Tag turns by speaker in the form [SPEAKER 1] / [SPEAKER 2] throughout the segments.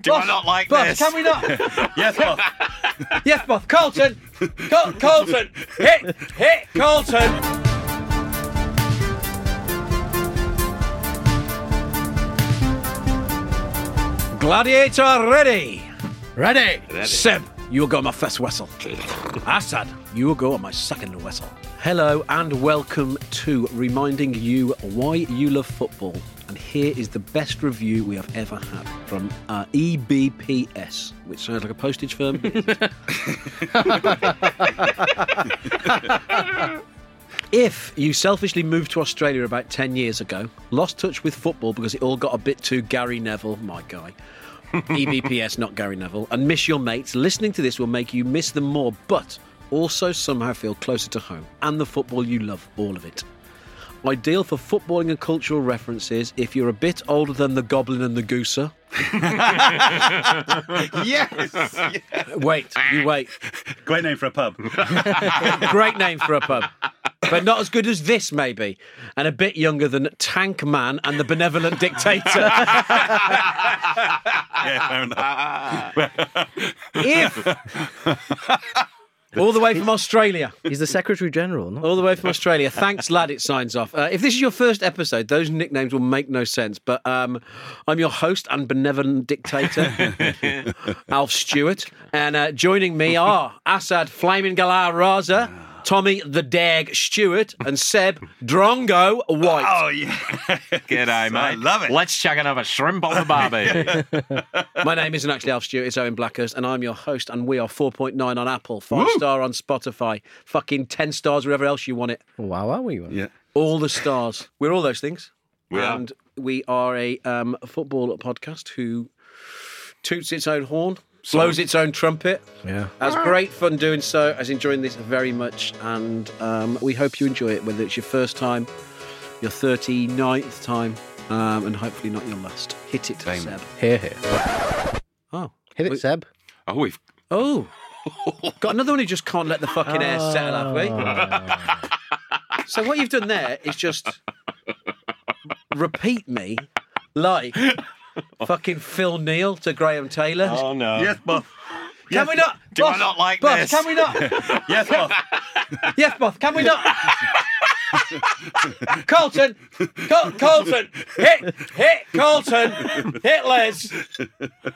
[SPEAKER 1] Do I not like
[SPEAKER 2] Buff,
[SPEAKER 1] this?
[SPEAKER 2] can we not?
[SPEAKER 3] Yes, boss.
[SPEAKER 2] yes, Buff. Colton. Col- Colton. Hit. Hit. Colton. Gladiator ready.
[SPEAKER 3] Ready.
[SPEAKER 2] Seb, you will go on my first whistle. Assad, you will go on my second whistle. Hello and welcome to reminding you why you love football. And here is the best review we have ever had from uh, EBPS, which sounds like a postage firm. but it isn't. if you selfishly moved to Australia about 10 years ago, lost touch with football because it all got a bit too Gary Neville, my guy, E EBPS, not Gary Neville, and miss your mates, listening to this will make you miss them more, but also somehow feel closer to home and the football you love, all of it. Ideal for footballing and cultural references if you're a bit older than the Goblin and the Gooser.
[SPEAKER 3] Yes.
[SPEAKER 2] Wait, you wait.
[SPEAKER 3] Great name for a pub.
[SPEAKER 2] Great name for a pub. But not as good as this, maybe. And a bit younger than Tank Man and the Benevolent Dictator.
[SPEAKER 3] yeah, fair enough.
[SPEAKER 2] if. All the way from Australia.
[SPEAKER 4] He's the Secretary General. Not
[SPEAKER 2] All the way from Australia. Thanks, lad. It signs off. Uh, if this is your first episode, those nicknames will make no sense. But um, I'm your host and benevolent dictator, Alf Stewart. And uh, joining me are Assad Flaming Galar Raza, Tommy the Dag Stewart, and Seb Drongo White.
[SPEAKER 3] Oh, yeah.
[SPEAKER 1] G'day, mate.
[SPEAKER 3] I love it.
[SPEAKER 1] Let's chuck another shrimp on the barbie.
[SPEAKER 2] My name isn't actually Alf Stewart, it's Owen Blackhurst, and I'm your host. And we are 4.9 on Apple, 5 star on Spotify, fucking 10 stars wherever else you want it.
[SPEAKER 4] wow, are we? one?
[SPEAKER 3] Yeah.
[SPEAKER 2] all the stars. We're all those things.
[SPEAKER 1] We are.
[SPEAKER 2] and we are a um, football podcast who toots its own horn, blows its own trumpet.
[SPEAKER 4] Yeah.
[SPEAKER 2] Has great fun doing so. Has enjoying this very much, and um, we hope you enjoy it. Whether it's your first time, your 39th time, um, and hopefully not your last. Hit it, Seb.
[SPEAKER 4] Here, here.
[SPEAKER 2] Oh,
[SPEAKER 4] Hit it,
[SPEAKER 2] We-
[SPEAKER 4] Seb.
[SPEAKER 1] oh, we've.
[SPEAKER 2] oh. Got another one who just can't let the fucking air settle, have we? So what you've done there is just repeat me like fucking Phil Neal to Graham Taylor.
[SPEAKER 1] no.
[SPEAKER 3] Yes, boss.
[SPEAKER 2] can we not?
[SPEAKER 1] Um, Do I
[SPEAKER 2] Boss,
[SPEAKER 1] not like
[SPEAKER 2] boss,
[SPEAKER 1] this?
[SPEAKER 2] Can we not?
[SPEAKER 3] Yes, boss.
[SPEAKER 2] yes, boss. Can we not? Colton, Col- Colton, hit, hit, Colton, hit Les.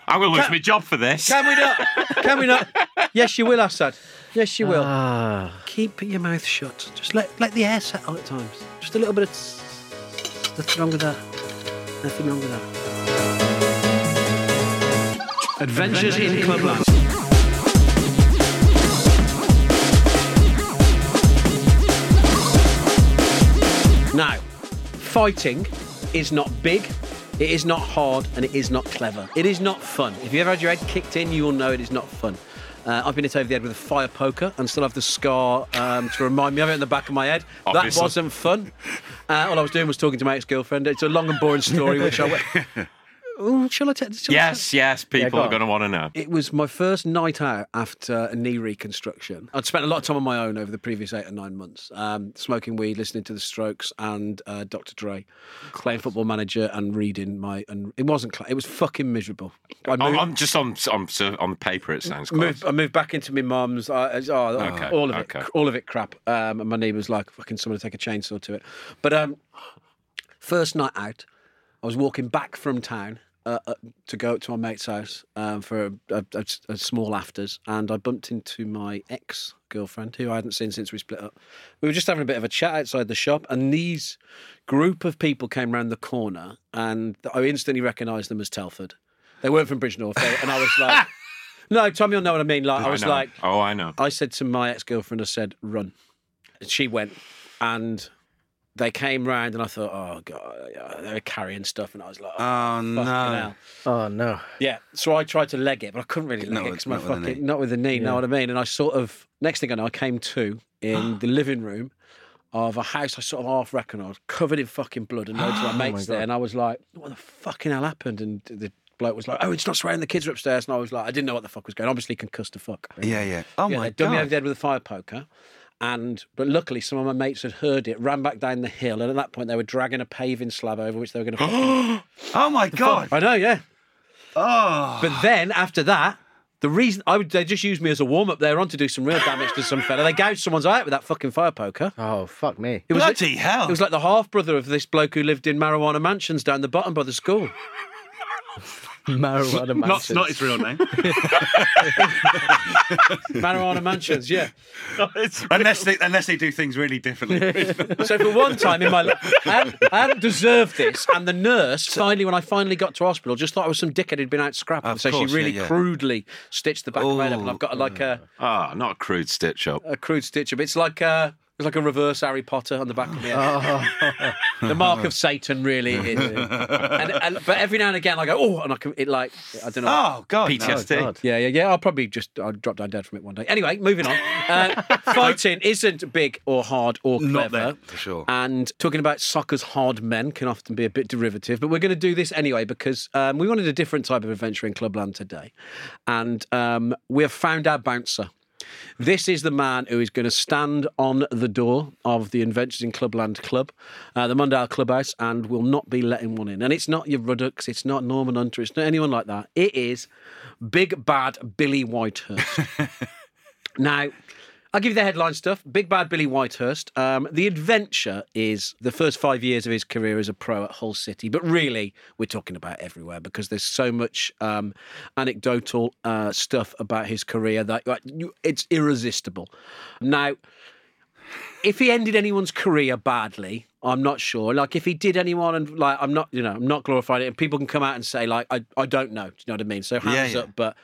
[SPEAKER 1] I'm going to lose my job for this.
[SPEAKER 2] Can we not? Can we not? Yes, you will, Assad. Yes, you will.
[SPEAKER 4] Ah,
[SPEAKER 2] Keep your mouth shut. Just let let the air settle at times. Just a little bit of. tss. Nothing wrong with that. Nothing wrong with that. Adventures in Clubland. Now, fighting is not big. It is not hard and it is not clever. It is not fun. If you ever had your head kicked in, you will know it is not fun. Uh, I've been hit over the head with a fire poker and still have the scar um, to remind me of it in the back of my head.
[SPEAKER 1] Obviously.
[SPEAKER 2] That wasn't fun. Uh, all I was doing was talking to my ex girlfriend. It's a long and boring story, which I. Oh, shall I take this?
[SPEAKER 1] Yes, yes, people
[SPEAKER 4] go
[SPEAKER 1] are
[SPEAKER 4] on.
[SPEAKER 1] going to want to know.
[SPEAKER 2] It was my first night out after a knee reconstruction. I'd spent a lot of time on my own over the previous eight or nine months, um, smoking weed, listening to The Strokes and uh, Dr. Dre, playing Football Manager and reading my. And it wasn't. Cla- it was fucking miserable. I
[SPEAKER 1] I'm,
[SPEAKER 2] moved-
[SPEAKER 1] I'm just on, on on the paper. It sounds close.
[SPEAKER 2] Moved, I moved back into my mum's. I, I- oh,
[SPEAKER 1] Okay,
[SPEAKER 2] all of it,
[SPEAKER 1] okay.
[SPEAKER 2] all of it, crap. Um, and my knee was like, "Fucking someone take a chainsaw to it." But um, first night out, I was walking back from town uh, uh, to go up to my mate's house um, for a, a, a, a small afters, and I bumped into my ex girlfriend who I hadn't seen since we split up. We were just having a bit of a chat outside the shop, and these group of people came round the corner, and I instantly recognised them as Telford. They weren't from Bridge North, and I was like. No, Tommy will know what I mean. Like I was
[SPEAKER 1] know.
[SPEAKER 2] like,
[SPEAKER 1] oh, I know.
[SPEAKER 2] I said to my ex girlfriend, I said, run. And she went, and they came round and I thought, oh god, yeah, they were carrying stuff, and I was like, oh,
[SPEAKER 5] Oh
[SPEAKER 2] fucking
[SPEAKER 5] no!
[SPEAKER 2] hell.
[SPEAKER 4] Oh no.
[SPEAKER 2] yeah. So I tried to leg it, but I couldn't really leg
[SPEAKER 5] Not
[SPEAKER 2] it
[SPEAKER 5] with-
[SPEAKER 2] because my
[SPEAKER 5] not with the knee.
[SPEAKER 2] fucking not with the knee. Know what I mean? And I sort of next thing I know, I came to in the living room of a house I sort of half recognised, covered in fucking blood, and loads of
[SPEAKER 5] Oh
[SPEAKER 2] my mates there, and I was like, what the fucking hell happened? And the bloke was like, oh, it's not swearing. The kids are upstairs, and I was like, I didn't know what the fuck was going. on. Obviously, concussed the fuck.
[SPEAKER 5] Yeah, yeah. Oh
[SPEAKER 2] Yeah,
[SPEAKER 5] my
[SPEAKER 2] they done me over
[SPEAKER 5] god!
[SPEAKER 2] dead with a fire poker. And but luckily, some of my mates had heard it, ran back down the hill, and at that point, they were dragging a paving slab over which they were going to.
[SPEAKER 5] Oh my god!
[SPEAKER 2] I know, yeah.
[SPEAKER 5] Oh,
[SPEAKER 2] But then after that, the reason I would they just used me as a warm up there on to do some real damage to some fella. They gouged someone's eye out with that fucking fire poker.
[SPEAKER 4] Oh fuck me.
[SPEAKER 2] It was like,
[SPEAKER 5] bloody hell!
[SPEAKER 2] it was like the half brother of this bloke who lived in marijuana mansions down the bottom by the school.
[SPEAKER 4] Marijuana
[SPEAKER 3] Not,
[SPEAKER 4] mansions.
[SPEAKER 3] not his real name.
[SPEAKER 2] marijuana mansions, yeah.
[SPEAKER 5] unless they unless they do things really differently.
[SPEAKER 2] So for one time in my life, I hadn't, I hadn't deserved this. And the nurse, finally, when I finally got to hospital, just thought I was some dickhead who'd been out scrapping.
[SPEAKER 5] Of
[SPEAKER 2] so
[SPEAKER 5] course,
[SPEAKER 2] she really
[SPEAKER 5] yeah, yeah.
[SPEAKER 2] crudely stitched the back of my head up, and I've got like a,
[SPEAKER 1] Ah, not a crude stitch up.
[SPEAKER 2] a crude stitch up. Oh, It's like a it's like a reverse Harry Potter on the back of me.
[SPEAKER 5] Oh.
[SPEAKER 2] the mark of Satan, really. Is. and, and, but every now and again, I go, oh, and I can, it like I don't know.
[SPEAKER 5] oh god! no.
[SPEAKER 1] PTSD.
[SPEAKER 4] God.
[SPEAKER 2] Yeah, yeah, yeah. I'll probably just I'll drop down dead from it one day. Anyway, moving on. Uh, fighting isn't big or hard or clever.
[SPEAKER 5] Not there, for sure.
[SPEAKER 2] And talking about soccer's hard men can often be a bit derivative, but we're going to do this anyway because um, we wanted a different type of adventure in Clubland today. And um, we have found our bouncer. This is the man who is going to stand on the door of the Adventures in Clubland Club, uh, the Mundale Clubhouse, and will not be letting one in. And it's not your Ruddocks, it's not Norman Hunter, it's not anyone like that. It is Big Bad Billy Whitehurst. Now, I'll give you the headline stuff. Big Bad Billy Whitehurst. Um, the adventure is the first five years of his career as a pro at Hull City, but really we're talking about everywhere because there's so much um, anecdotal uh, stuff about his career that like, you, it's irresistible. Now, if he ended anyone's career badly, I'm not sure. Like if he did anyone, and like I'm not, you know, I'm not glorifying it. And people can come out and say like, I, I don't know. Do you know what I mean? So hands
[SPEAKER 5] yeah.
[SPEAKER 2] up. But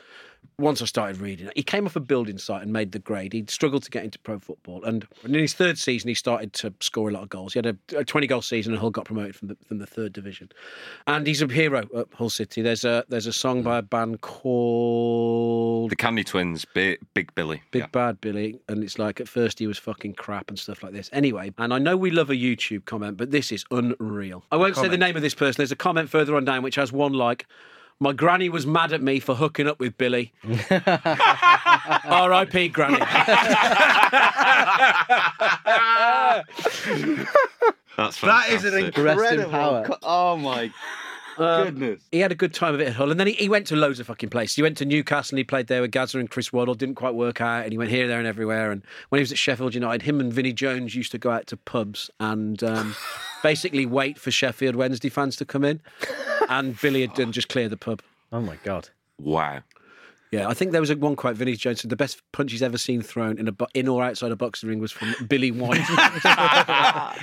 [SPEAKER 2] once I started reading, it, he came off a building site and made the grade. He struggled to get into pro football, and in his third season, he started to score a lot of goals. He had a, a 20 goal season, and Hull got promoted from the, from the third division. And he's a hero at Hull City. There's a there's a song by a band called
[SPEAKER 1] The Candy Twins, Big, big Billy.
[SPEAKER 2] Big
[SPEAKER 1] Yeah.
[SPEAKER 2] Bad Billy, and it's like at first he was fucking crap and stuff like this. Anyway, and I know we love a YouTube comment, but this is unreal. I won't say the name of this person. There's a comment further on down which has one like, "My granny was mad at me for hooking up with Billy." R.I.P. Granny.
[SPEAKER 1] That's
[SPEAKER 5] That is
[SPEAKER 1] fantastic.
[SPEAKER 5] an
[SPEAKER 4] Rest in
[SPEAKER 5] incredible.
[SPEAKER 4] power.
[SPEAKER 5] co- oh my goodness!
[SPEAKER 2] Um, he had a good time of it at Hull, and then he, he went to loads of fucking places. He went to Newcastle and he played there with Gazza and Chris Waddle. Didn't quite work out, and he went here, there, and everywhere. And when he was at Sheffield United, him and Vinnie Jones used to go out to pubs and um, basically wait for Sheffield Wednesday fans to come in, and Billy had done just clear the pub.
[SPEAKER 4] Oh my god.
[SPEAKER 1] Wow.
[SPEAKER 2] Yeah, I think there was a one quote Vinnie Jones said the best punch he's ever seen thrown in a bo- in or outside a boxing ring was from Billy White.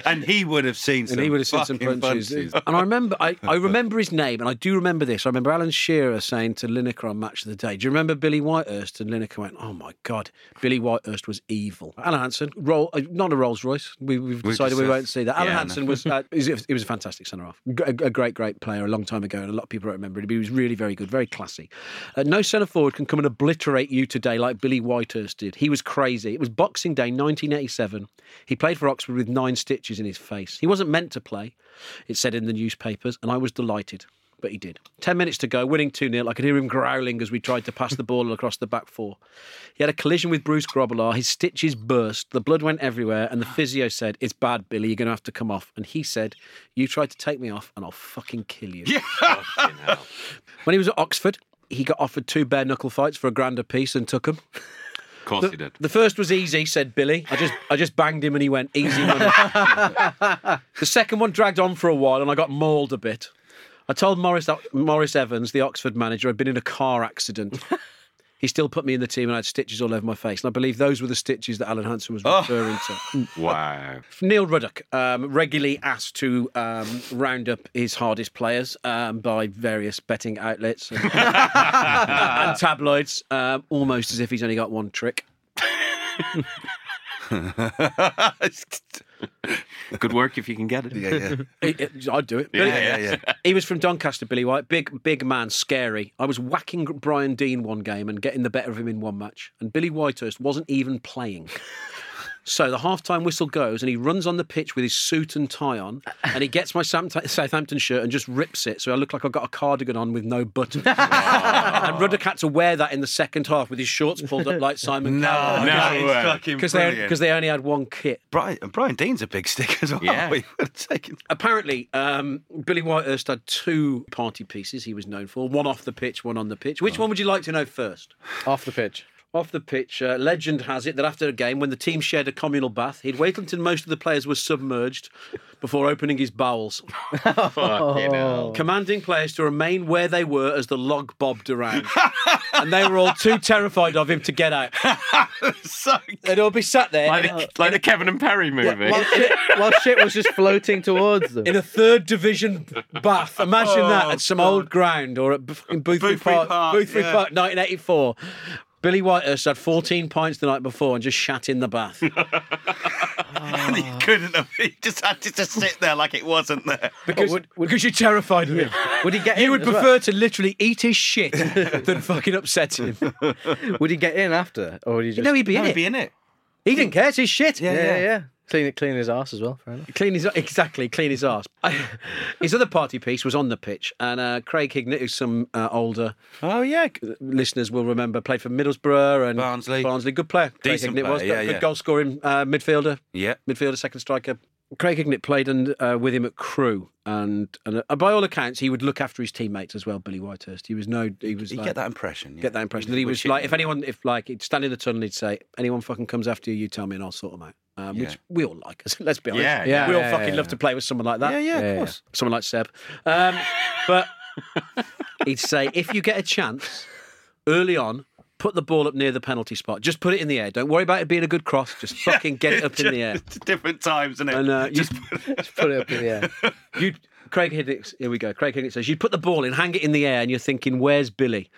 [SPEAKER 5] and he would have seen some.
[SPEAKER 2] and he would have seen some
[SPEAKER 5] fucking
[SPEAKER 2] punches. And I remember, I, I remember his name, and I do remember this. I remember Alan Shearer saying to Lineker on Match of the Day, "Do you remember Billy Whitehurst?" And Lineker went, "Oh my God, Billy Whitehurst was evil." Alan Hansen, roll, uh, not a Rolls Royce. We, we've decided we
[SPEAKER 5] decided-
[SPEAKER 2] won't see that. Alan
[SPEAKER 5] Yeah, I
[SPEAKER 2] Hansen was, uh, he was- he was a fantastic centre half, G- a, a great, great player a long time ago, and a lot of people don't remember him. But he was really very good, very classy. Uh, no centre forward can come and obliterate you today like Billy Whitehurst did. He was crazy. It was Boxing Day, 1987. He played for Oxford with nine stitches in his face. He wasn't meant to play, it said in the newspapers, and I was delighted. But he did. 10 minutes to go, winning 2 0. I could hear him growling as we tried to pass the ball across the back four. He had a collision with Bruce Grobbelaar. His stitches burst, the blood went everywhere, and the physio said, It's bad, Billy, you're going to have to come off. And he said, You tried to take me off, and I'll fucking kill you. When he was at Oxford, he got offered two bare knuckle fights for a grand apiece and took them.
[SPEAKER 1] Of course he did.
[SPEAKER 2] The first was easy, said Billy. I just I just banged him and he went easy money. the second one dragged on for a while and I got mauled a bit. I told Morris Morris Evans, the Oxford manager, I'd been in a car accident. He still put me in the team and I had stitches all over my face. And I believe those were the stitches that Alan Hansen was referring to.
[SPEAKER 1] Wow.
[SPEAKER 2] Neil Ruddock um, regularly asked to um, round up his hardest players um, by various betting outlets and, and tabloids, um, almost as if he's only got one trick.
[SPEAKER 5] punches.
[SPEAKER 1] Good work if you can get it.
[SPEAKER 5] Yeah, yeah.
[SPEAKER 2] It- it- I'd do it.
[SPEAKER 5] Yeah, yeah, yeah.
[SPEAKER 2] He was from Doncaster, Billy White. Big, big man, scary. I was whacking Brian Dean one game and getting the better of him in one match. And Billy Whitehurst wasn't even playing. So the halftime whistle goes, and he runs on the pitch with his suit and tie on, and he gets my Sampt- Southampton shirt and just rips it, so I look like I've got a cardigan on with no buttons. and Ruddock had to wear that in the second half with his shorts pulled up like Simon.
[SPEAKER 5] No,
[SPEAKER 1] No
[SPEAKER 5] that is
[SPEAKER 1] way.
[SPEAKER 5] fucking
[SPEAKER 2] Oh, because they
[SPEAKER 5] brilliant.
[SPEAKER 2] because they only had one kit.
[SPEAKER 5] Brian, and Brian Dean's a big stick as well.
[SPEAKER 1] Yeah.
[SPEAKER 5] We would have taken.
[SPEAKER 2] apparently, um, Billy Whitehurst had two party pieces he was known for one off the pitch, one on the pitch. Which one would you like to know first?
[SPEAKER 4] Off the pitch.
[SPEAKER 2] Off the pitch, uh, legend has it that after a game, when the team shared a communal bath, he'd wait until most of the players were submerged before opening his bowels, Oh.
[SPEAKER 1] Fucking hell.
[SPEAKER 2] commanding players to remain where they were as the log bobbed around. and they were all too terrified of him to get out.
[SPEAKER 5] So
[SPEAKER 2] They'd all be sat there.
[SPEAKER 1] Like, the, like the Kevin and Perry movie.
[SPEAKER 4] While shit, while shit was just floating towards them.
[SPEAKER 2] in a third division
[SPEAKER 5] Oh,
[SPEAKER 2] bath. Imagine that at some old ground or at b- fucking Boothby,
[SPEAKER 5] Boothby
[SPEAKER 2] Park,
[SPEAKER 5] Park,
[SPEAKER 2] Boothby
[SPEAKER 5] yeah.
[SPEAKER 2] Park, 1984. Billy Whitehurst had 14 pints the night before and just shat in the bath. Oh.
[SPEAKER 5] he couldn't have. He just had to just sit there like it wasn't there.
[SPEAKER 2] Because, because you're terrified of him.
[SPEAKER 4] Would he get
[SPEAKER 2] You
[SPEAKER 4] in
[SPEAKER 2] would
[SPEAKER 4] as well?
[SPEAKER 2] prefer to literally eat his shit than fucking upset him.
[SPEAKER 4] Would he get in after? Or would he just.
[SPEAKER 2] No, he'd be in
[SPEAKER 5] He'd
[SPEAKER 2] it.
[SPEAKER 5] be in it.
[SPEAKER 2] he didn't care. It's his shit.
[SPEAKER 4] yeah, yeah, yeah. Clean it, clean his ass as well. Fair enough.
[SPEAKER 2] Clean his exactly clean his ass. his other party piece was on the pitch, and uh, Craig Hignett, who's some uh, older
[SPEAKER 5] Oh yeah,
[SPEAKER 2] listeners will remember, played for Middlesbrough and
[SPEAKER 5] Barnsley.
[SPEAKER 2] Barnsley, good player. Craig
[SPEAKER 5] Decent
[SPEAKER 2] Hignett was
[SPEAKER 5] player, yeah,
[SPEAKER 2] good
[SPEAKER 5] yeah.
[SPEAKER 2] goal scoring uh, midfielder,
[SPEAKER 5] yeah.
[SPEAKER 2] midfielder, second striker. Craig Hignett played and uh, with him at Crew, and, and uh, by all accounts, he would look after his teammates as well. Billy Whitehurst, he was no, he was
[SPEAKER 5] You
[SPEAKER 2] like,
[SPEAKER 5] get that impression. Yeah.
[SPEAKER 2] get that impression that he was
[SPEAKER 5] Shit.
[SPEAKER 2] like, if anyone, if like he'd stand in the tunnel, he'd say, anyone fucking comes after you, you tell me, and I'll sort them out. Um, Which we all like. Let's be honest.
[SPEAKER 5] Yeah,
[SPEAKER 4] yeah,
[SPEAKER 2] we all
[SPEAKER 4] yeah,
[SPEAKER 2] fucking
[SPEAKER 4] yeah,
[SPEAKER 2] love
[SPEAKER 4] yeah.
[SPEAKER 2] to play with someone like that
[SPEAKER 5] Yeah, yeah,
[SPEAKER 4] Yeah, yeah.
[SPEAKER 5] of course.
[SPEAKER 2] someone like Seb. Um, but he'd say, if you get a chance early on, put the ball up near the penalty spot. Just put it in the air. Don't worry about it being a good cross. Just fucking get it up in the air.
[SPEAKER 5] It's different times, isn't it?
[SPEAKER 2] And uh, you,
[SPEAKER 4] Just put it up in the air.
[SPEAKER 2] you, Craig Hiddink, here we go. Craig Hiddink says, you'd put the ball in, hang it in the air, and you're thinking, where's Billy?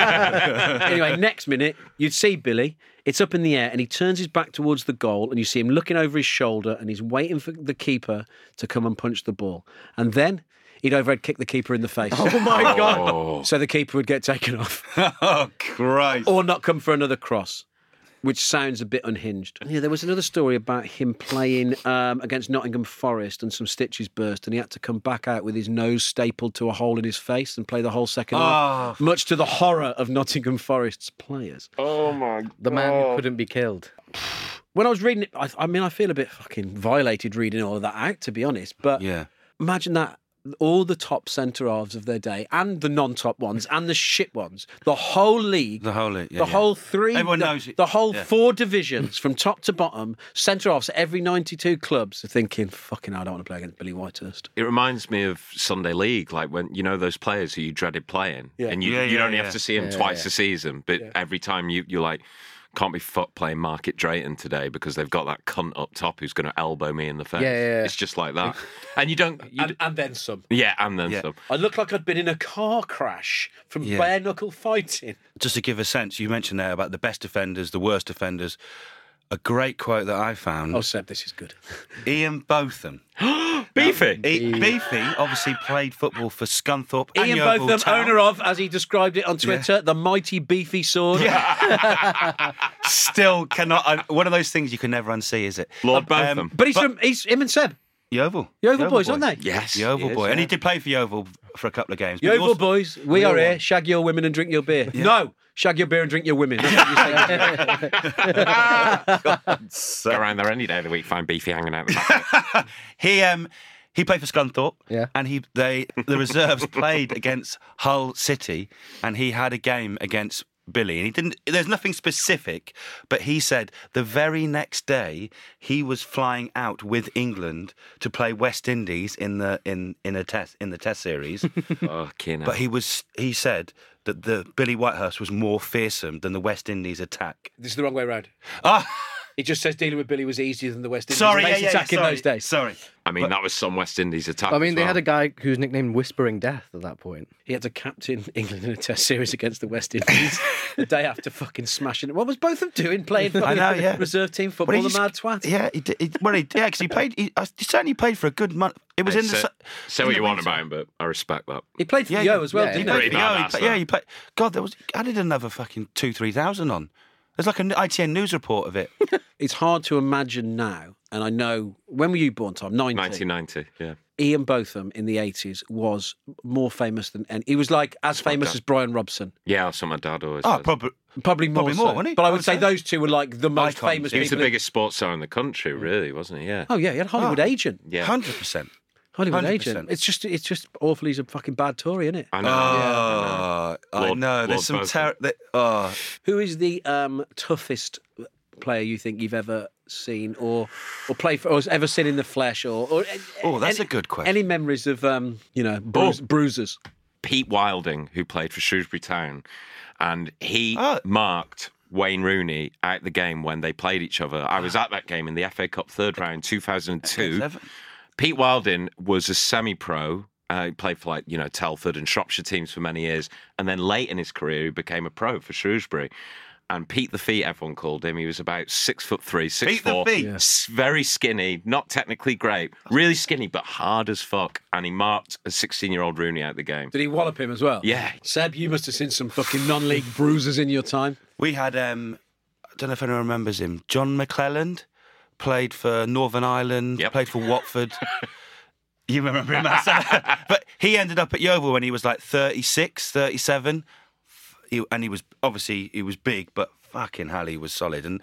[SPEAKER 2] anyway, next minute, you'd see Billy. It's up in the air, and he turns his back towards the goal, and you see him looking over his shoulder, and he's waiting for the keeper to come and punch the ball. And then he'd overhead kick the keeper in the face. Oh my
[SPEAKER 1] God.
[SPEAKER 2] So the keeper would get taken off
[SPEAKER 5] oh Christ!
[SPEAKER 2] or not come for another cross, which sounds a bit unhinged. Yeah, there was another story about him playing um, against Nottingham Forest and some stitches burst, and he had to come back out with his nose stapled to a hole in his face and play the whole second half, much to the horror of Nottingham Forest's players.
[SPEAKER 1] Oh my
[SPEAKER 4] The man who couldn't be killed.
[SPEAKER 2] When I was reading it, I, I mean, I feel a bit fucking violated reading all of that out, to be honest, but
[SPEAKER 5] Yeah.
[SPEAKER 2] imagine that. All the top centre halves of their day, and the non-top ones, and the shit ones, the whole league
[SPEAKER 5] The whole. Yeah,
[SPEAKER 2] the
[SPEAKER 5] yeah.
[SPEAKER 2] whole three,
[SPEAKER 5] Everyone
[SPEAKER 2] the,
[SPEAKER 5] knows it.
[SPEAKER 2] the whole
[SPEAKER 5] Yeah.
[SPEAKER 2] four divisions from top to bottom, centre offs, every 92 clubs are thinking, fucking, hell, I don't want to play against Billy Whitehurst.
[SPEAKER 1] It reminds me of Sunday League, like when you know those players who you dreaded playing, and you
[SPEAKER 5] Yeah,
[SPEAKER 1] you'd
[SPEAKER 5] yeah,
[SPEAKER 1] only
[SPEAKER 5] yeah.
[SPEAKER 1] have to see them
[SPEAKER 4] Yeah,
[SPEAKER 1] twice
[SPEAKER 4] yeah.
[SPEAKER 1] a season, but every time you you're like. Can't be fucked playing Market Drayton today because they've got that cunt up top who's going to elbow me in the face.
[SPEAKER 4] Yeah, yeah, yeah.
[SPEAKER 1] It's just like that, and you don't. You
[SPEAKER 2] And,
[SPEAKER 1] d-
[SPEAKER 2] and then some.
[SPEAKER 1] yeah, and then
[SPEAKER 5] Yeah.
[SPEAKER 1] some.
[SPEAKER 2] I look like I'd been in a car crash from
[SPEAKER 5] Yeah.
[SPEAKER 2] bare knuckle fighting.
[SPEAKER 5] just to give a sense, you mentioned there about the best offenders, the worst offenders. A great quote that I found:
[SPEAKER 2] Oh, Seb, this is good.
[SPEAKER 5] Ian Botham.
[SPEAKER 1] Beefy.
[SPEAKER 5] E- Beefy obviously played football for Scunthorpe and
[SPEAKER 2] Ian
[SPEAKER 5] Yeovil
[SPEAKER 2] Botham,
[SPEAKER 5] Town.
[SPEAKER 2] owner of, as he described it on Twitter, the mighty beefy sword.
[SPEAKER 5] Still cannot. I, one of those things you can never unsee, is it?
[SPEAKER 1] Lord Botham.
[SPEAKER 5] Um,
[SPEAKER 2] But he's from, he's him and Seb,
[SPEAKER 5] Yeovil.
[SPEAKER 2] Yeovil boys, aren't they?
[SPEAKER 1] yes.
[SPEAKER 5] Yeovil
[SPEAKER 1] he is,
[SPEAKER 5] boy, and
[SPEAKER 1] yeah.
[SPEAKER 5] he did play for Yeovil for a couple of games. but he
[SPEAKER 2] Yeovil
[SPEAKER 5] also-
[SPEAKER 2] boys, we are here. Shag your women and drink your beer. No, shag your beer and drink your women. That's what you say.
[SPEAKER 1] Go around there any day of the week, find Beefy hanging out. The back.
[SPEAKER 5] He um he played for Scunthorpe.
[SPEAKER 4] Yeah.
[SPEAKER 5] And he they the reserves played against Hull City and he had a game against Billy and he didn't there's nothing specific, but he said the very next day he was flying out with England to play West Indies in the in in a test in the test series.
[SPEAKER 1] Fucking hell.
[SPEAKER 5] but he was he said that the Billy Whitehurst was more fearsome than the West Indies attack.
[SPEAKER 2] This is the wrong way around.
[SPEAKER 5] Ah
[SPEAKER 2] It just says dealing with Billy was easier than the West Indies
[SPEAKER 5] Sorry, yeah,
[SPEAKER 2] Base
[SPEAKER 5] yeah, yeah,
[SPEAKER 2] attack in
[SPEAKER 5] sorry,
[SPEAKER 2] those days.
[SPEAKER 5] Sorry.
[SPEAKER 1] I mean, that was some West Indies attack.
[SPEAKER 4] I mean, they had a guy who's nicknamed Whispering Death at that point.
[SPEAKER 2] He had to captain England in a Test series against the West Indies the day after fucking smashing it. What was both of them doing? Playing fucking
[SPEAKER 5] know, yeah.
[SPEAKER 2] reserve team
[SPEAKER 5] Well,
[SPEAKER 2] football,
[SPEAKER 5] he
[SPEAKER 2] the
[SPEAKER 5] just-
[SPEAKER 2] mad twat.
[SPEAKER 5] Yeah, he did. He, well, he, yeah, because he played. He, uh, he certainly played for a good month. It was in the.
[SPEAKER 1] Say,
[SPEAKER 5] su-
[SPEAKER 1] say
[SPEAKER 5] in
[SPEAKER 1] what
[SPEAKER 5] the
[SPEAKER 1] you want
[SPEAKER 5] winter.
[SPEAKER 1] about him, but I respect that.
[SPEAKER 2] He played for
[SPEAKER 5] Yeah,
[SPEAKER 2] Yo
[SPEAKER 5] yeah.
[SPEAKER 2] as well,
[SPEAKER 4] Yeah,
[SPEAKER 5] He
[SPEAKER 2] didn't
[SPEAKER 5] played
[SPEAKER 2] he?
[SPEAKER 5] for the
[SPEAKER 1] Pretty
[SPEAKER 5] Army,
[SPEAKER 1] badass,
[SPEAKER 5] but
[SPEAKER 1] though.
[SPEAKER 5] yeah, you played. God, there was. I did another fucking two, three thousand on. There's like an ITN news report of it. Oh,
[SPEAKER 2] It's hard to imagine now, and I know when were you born, Tom? 90.
[SPEAKER 1] 1990, yeah.
[SPEAKER 2] Ian Botham in the 80s was more famous than and he was like as famous
[SPEAKER 1] Okay.
[SPEAKER 2] as Brian Robson.
[SPEAKER 1] Yeah, that's what my dad always
[SPEAKER 5] oh,
[SPEAKER 1] says.
[SPEAKER 5] probably.
[SPEAKER 2] Probably more.
[SPEAKER 5] Probably more,
[SPEAKER 2] so.
[SPEAKER 5] wasn't he?
[SPEAKER 2] But I
[SPEAKER 5] I
[SPEAKER 2] would
[SPEAKER 5] would
[SPEAKER 2] say
[SPEAKER 5] say.
[SPEAKER 2] those two were like the most
[SPEAKER 5] Icons.
[SPEAKER 2] famous
[SPEAKER 1] He was the
[SPEAKER 2] people. in-
[SPEAKER 1] biggest sports star in the country, really, wasn't he? Yeah.
[SPEAKER 2] Oh yeah, he had a Hollywood
[SPEAKER 5] Ah.
[SPEAKER 2] agent.
[SPEAKER 1] Yeah.
[SPEAKER 5] Hundred percent.
[SPEAKER 2] Hollywood
[SPEAKER 5] 100%.
[SPEAKER 2] agent. It's just it's just awful he's a fucking bad Tory, isn't it?
[SPEAKER 1] I
[SPEAKER 5] Oh,
[SPEAKER 1] know.
[SPEAKER 5] Uh, I know.
[SPEAKER 1] Lord- Lord
[SPEAKER 5] There's some
[SPEAKER 1] Both.
[SPEAKER 5] terror. Oh,
[SPEAKER 2] Who is the um, toughest player you think you've ever seen or or played for or has ever seen in the flesh or, or
[SPEAKER 5] oh, that's
[SPEAKER 2] any,
[SPEAKER 5] a good question. Oh.
[SPEAKER 2] any memories of um, you know, bruis- bruisers.
[SPEAKER 1] Pete Wilding, who played for Shrewsbury Town, and he
[SPEAKER 5] Oh.
[SPEAKER 1] marked Wayne Rooney out the game when they played each other. I was at that game in the FA Cup third round, 2002.
[SPEAKER 5] Clever.
[SPEAKER 1] Pete Wilding was a semi-pro. Uh, he played for like you know Telford and Shropshire teams for many years, and then late in his career he became a pro for Shrewsbury. And Pete the Feet, everyone called him. He was about six foot three, six
[SPEAKER 5] Pete the
[SPEAKER 1] four,
[SPEAKER 5] Feet?
[SPEAKER 1] s- very skinny, not technically great, really skinny, but hard as fuck. And he marked a sixteen-year-old Rooney out the game.
[SPEAKER 2] Did he wallop him as well?
[SPEAKER 1] Yeah.
[SPEAKER 2] Seb, you must have seen some fucking non-league bruisers in your time.
[SPEAKER 5] We had, um, I don't know if anyone remembers him, John McClelland, played for Northern Ireland,
[SPEAKER 1] Yep.
[SPEAKER 5] played for Watford. you remember him, Matt? but he ended up at Yeovil when he was like 36, 37. F- He, and he was, obviously, he was big, but fucking hell, he was solid. And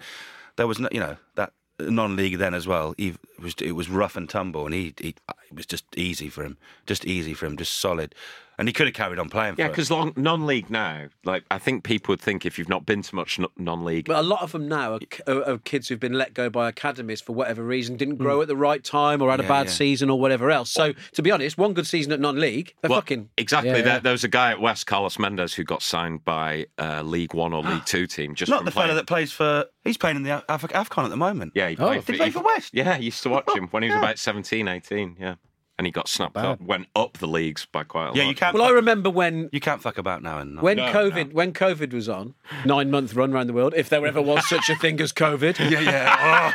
[SPEAKER 5] there was, no, you know, that non-league then as well, he was, it was rough and tumble and he, he, it was just easy for him, just easy for him, just solid. And he could have carried on playing
[SPEAKER 1] Yeah,
[SPEAKER 5] for us.
[SPEAKER 1] because non-league now, like I think people would think if you've not been to much no- non-league,
[SPEAKER 2] But a lot of them now are, are, are kids who've been let go by academies for whatever reason, didn't grow at the right time or had a
[SPEAKER 5] Hmm. Yeah,
[SPEAKER 2] bad
[SPEAKER 5] yeah.
[SPEAKER 2] season or whatever else. So, to be honest, one good season at non-league, they're
[SPEAKER 1] Well,
[SPEAKER 2] fucking
[SPEAKER 1] exactly.
[SPEAKER 4] Yeah,
[SPEAKER 1] there,
[SPEAKER 4] yeah.
[SPEAKER 1] there was a guy at West, Carlos Mendes, who got signed by uh, League One or League Two team. Just
[SPEAKER 5] Not
[SPEAKER 1] from
[SPEAKER 5] the fella
[SPEAKER 1] playing.
[SPEAKER 5] that plays for. He's playing in the Af- AFCON at the moment.
[SPEAKER 1] Yeah, he
[SPEAKER 4] Oh.
[SPEAKER 1] played
[SPEAKER 4] Did
[SPEAKER 1] for,
[SPEAKER 5] he play for West?
[SPEAKER 1] Yeah, I used to watch him when he was
[SPEAKER 5] Yeah.
[SPEAKER 1] about 17, 18, Yeah, and he got snapped up, went up the leagues by quite a
[SPEAKER 5] Yeah,
[SPEAKER 1] lot.
[SPEAKER 5] you can't.
[SPEAKER 2] Well, I
[SPEAKER 5] fuck-
[SPEAKER 2] remember when
[SPEAKER 5] you can't fuck about now and. not-
[SPEAKER 2] when
[SPEAKER 1] No,
[SPEAKER 2] COVID
[SPEAKER 1] no.
[SPEAKER 2] when COVID was on, nine month run around the world, if there ever was such a thing as COVID.
[SPEAKER 5] Yeah, yeah.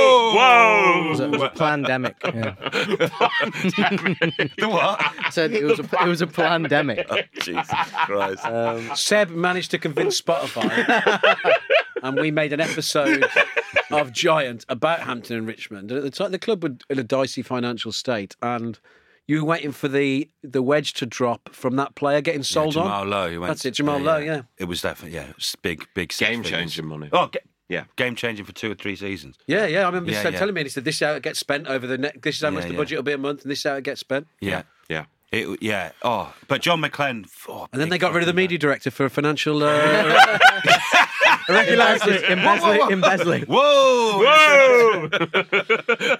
[SPEAKER 5] Whoa,
[SPEAKER 4] It was a pandemic. Yeah.
[SPEAKER 5] The what?
[SPEAKER 4] I said it was a, it was a pandemic.
[SPEAKER 5] Jesus Christ.
[SPEAKER 2] um, Seb managed to convince Spotify, and we made an episode of Giant about Hampton and Richmond. And at the time, the club were in a dicey financial state, and you were waiting for the the wedge to drop from that player getting sold
[SPEAKER 5] Jamal
[SPEAKER 2] on.
[SPEAKER 5] Lowe. he went-
[SPEAKER 2] That's it, Jamal Lowe, yeah.
[SPEAKER 5] It was definitely yeah. It was big, big. six
[SPEAKER 1] Game
[SPEAKER 5] figures.
[SPEAKER 1] changing money.
[SPEAKER 5] Oh, ga-
[SPEAKER 1] Yeah.
[SPEAKER 5] Game changing for two or three seasons.
[SPEAKER 2] Yeah, yeah. I remember
[SPEAKER 5] Yeah,
[SPEAKER 2] Seb
[SPEAKER 5] yeah.
[SPEAKER 2] telling me, and he said, "This is how it gets spent over the next. This is how
[SPEAKER 5] Yeah,
[SPEAKER 2] much the
[SPEAKER 5] yeah.
[SPEAKER 2] budget will be a month, and this is how it gets spent."
[SPEAKER 5] Yeah.
[SPEAKER 1] Yeah.
[SPEAKER 5] It, yeah. Oh, but John McClane. Oh,
[SPEAKER 2] And then
[SPEAKER 5] big
[SPEAKER 2] they got rid of the
[SPEAKER 5] fucking
[SPEAKER 2] media director for a financial. Uh,
[SPEAKER 4] Embezzling, embezzling, embezzling.
[SPEAKER 5] man.
[SPEAKER 1] Oh,
[SPEAKER 5] Whoa!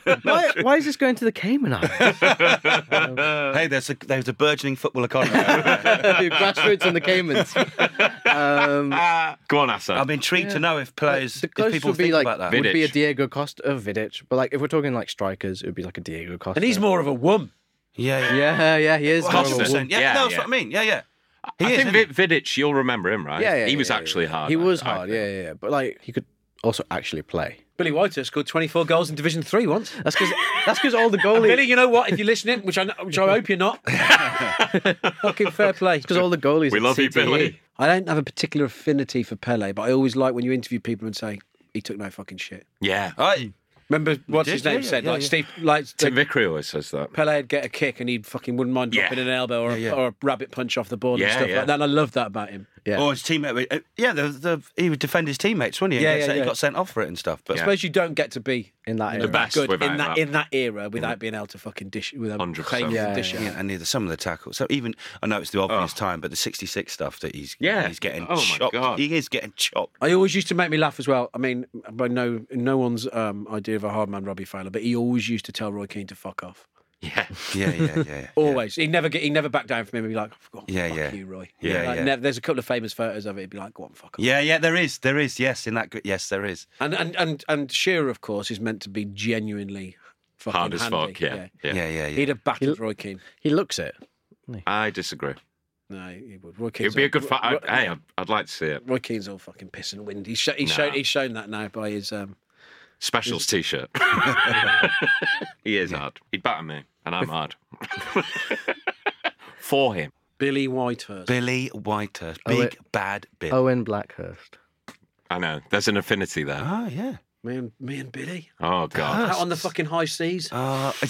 [SPEAKER 5] Whoa!
[SPEAKER 4] Why, why is this going to the Cayman Islands?
[SPEAKER 1] Uh,
[SPEAKER 5] hey, there's a there's a burgeoning football economy.
[SPEAKER 4] Dude, grassroots on the Caymans. Um,
[SPEAKER 1] Ah, go on, Asa.
[SPEAKER 5] I'm intrigued to know if players,
[SPEAKER 4] the
[SPEAKER 5] if
[SPEAKER 4] closest
[SPEAKER 5] people
[SPEAKER 4] would be
[SPEAKER 5] think
[SPEAKER 4] like
[SPEAKER 5] about that.
[SPEAKER 4] would be a
[SPEAKER 1] Vidic.
[SPEAKER 4] Diego Costa, a Vidic. But like if we're talking like strikers, it would be like a Diego Costa.
[SPEAKER 2] and he's more of a wum.
[SPEAKER 5] Yeah, yeah.
[SPEAKER 4] Yeah, yeah, he is. more of a
[SPEAKER 5] Hundred
[SPEAKER 4] wolf.
[SPEAKER 5] percent. Yeah,
[SPEAKER 1] Yeah,
[SPEAKER 5] no, that's
[SPEAKER 1] yeah.
[SPEAKER 5] what I mean. Yeah, yeah. He
[SPEAKER 1] I
[SPEAKER 5] is,
[SPEAKER 1] think
[SPEAKER 5] isn't he?
[SPEAKER 1] Vid- Vidic, you'll remember him, right?
[SPEAKER 4] Yeah, yeah,
[SPEAKER 1] he was
[SPEAKER 4] yeah, yeah,
[SPEAKER 1] actually
[SPEAKER 4] yeah.
[SPEAKER 1] hard. Oh.
[SPEAKER 4] He
[SPEAKER 1] I-
[SPEAKER 4] was
[SPEAKER 1] I
[SPEAKER 4] hard.
[SPEAKER 1] think.
[SPEAKER 4] Yeah, yeah, yeah. But like he could also actually play.
[SPEAKER 2] Billy Whiter scored 24 goals in Division 3 once.
[SPEAKER 4] That's because that's because all the goalies.
[SPEAKER 2] Billy, you know what? If you're listening, which I, kn- which I hope you're not, fucking fair play.
[SPEAKER 4] Because all the goalies.
[SPEAKER 1] We
[SPEAKER 4] at
[SPEAKER 1] love you,
[SPEAKER 4] CTE.
[SPEAKER 1] Billy.
[SPEAKER 2] I don't have a particular affinity for Pele, but I always like when you interview people and say, he took no fucking shit.
[SPEAKER 1] Yeah.
[SPEAKER 5] Aye.
[SPEAKER 2] Remember what his
[SPEAKER 5] did,
[SPEAKER 2] name
[SPEAKER 5] yeah,
[SPEAKER 2] said?
[SPEAKER 5] yeah,
[SPEAKER 2] like
[SPEAKER 5] yeah.
[SPEAKER 2] Steve, like
[SPEAKER 1] Tim Vickery always says that.
[SPEAKER 2] Pele would get a kick and he fucking wouldn't mind
[SPEAKER 1] Yeah.
[SPEAKER 2] dropping an elbow or,
[SPEAKER 5] Yeah, yeah.
[SPEAKER 2] A, or a rabbit punch off the board and
[SPEAKER 1] Yeah,
[SPEAKER 2] stuff
[SPEAKER 1] yeah.
[SPEAKER 2] like that. And I love that about him.
[SPEAKER 4] Yeah.
[SPEAKER 5] Or his teammate. uh, Yeah, the, the, he would defend his teammates, wouldn't he?
[SPEAKER 2] Yeah,
[SPEAKER 5] he,
[SPEAKER 2] yeah,
[SPEAKER 5] got, he
[SPEAKER 2] yeah.
[SPEAKER 5] got sent off for it and stuff. But
[SPEAKER 2] I suppose you don't get to be
[SPEAKER 4] in that
[SPEAKER 1] The
[SPEAKER 4] era.
[SPEAKER 1] best
[SPEAKER 2] good in
[SPEAKER 1] without
[SPEAKER 2] that,
[SPEAKER 1] that.
[SPEAKER 2] in that era without being able to fucking dish without
[SPEAKER 1] 100%.
[SPEAKER 2] playing
[SPEAKER 4] Yeah,
[SPEAKER 2] dish.
[SPEAKER 4] yeah,
[SPEAKER 2] it.
[SPEAKER 5] yeah, and the, some of the tackles. So even I know it's the obvious time, but the '66 stuff that he's
[SPEAKER 1] Yeah.
[SPEAKER 5] he's getting
[SPEAKER 1] Oh, my
[SPEAKER 5] chopped.
[SPEAKER 1] God.
[SPEAKER 5] He is getting chopped.
[SPEAKER 2] I always used to make me laugh as well. I mean, by no no one's um, idea of a hard man Robbie Fowler, but he always used to tell Roy Keane to fuck off.
[SPEAKER 1] Yeah.
[SPEAKER 5] Yeah, yeah, yeah. yeah.
[SPEAKER 2] Always, he never get, he never backed down from him. He'd be like, "Go on,
[SPEAKER 5] Yeah,
[SPEAKER 2] fuck
[SPEAKER 5] yeah.
[SPEAKER 2] you, Roy."
[SPEAKER 5] Yeah,
[SPEAKER 2] Like,
[SPEAKER 5] yeah.
[SPEAKER 2] never- there's a couple of famous photos of it. He'd be like, "Go on, fuck off."
[SPEAKER 5] Yeah, yeah, there is. There is, yes, in that gr- yes, there is.
[SPEAKER 2] And and and and Shearer, of course, is meant to be genuinely fucking
[SPEAKER 1] Hard as
[SPEAKER 2] handy.
[SPEAKER 1] fuck. Yeah. Yeah.
[SPEAKER 5] Yeah, yeah, yeah.
[SPEAKER 2] He'd have battled
[SPEAKER 4] He-
[SPEAKER 2] Roy Keane.
[SPEAKER 4] He looks it.
[SPEAKER 1] I disagree.
[SPEAKER 2] No, he would. Roy Keane's
[SPEAKER 1] It'd be
[SPEAKER 2] all-
[SPEAKER 1] a good fight.
[SPEAKER 2] Roy,
[SPEAKER 1] I- Hey, I'd, I'd like to see it.
[SPEAKER 2] Roy Keane's all fucking piss and wind. He's, sho- he's,
[SPEAKER 1] Nah.
[SPEAKER 2] shown, he's shown that now by his. Um,
[SPEAKER 1] Specials T-shirt. he is hard. He'd batter me, and I'm hard. For him.
[SPEAKER 2] Billy Whitehurst.
[SPEAKER 5] Billy Whitehurst,
[SPEAKER 4] Oh,
[SPEAKER 5] big
[SPEAKER 4] it-
[SPEAKER 5] bad Billy. Oh,
[SPEAKER 4] Owen Blackhurst.
[SPEAKER 1] I know. There's an affinity
[SPEAKER 5] Ah.
[SPEAKER 1] there.
[SPEAKER 5] Oh, yeah.
[SPEAKER 2] Me and me and Billy
[SPEAKER 1] Oh God.
[SPEAKER 2] out on the fucking high seas.
[SPEAKER 1] ah.
[SPEAKER 5] Uh,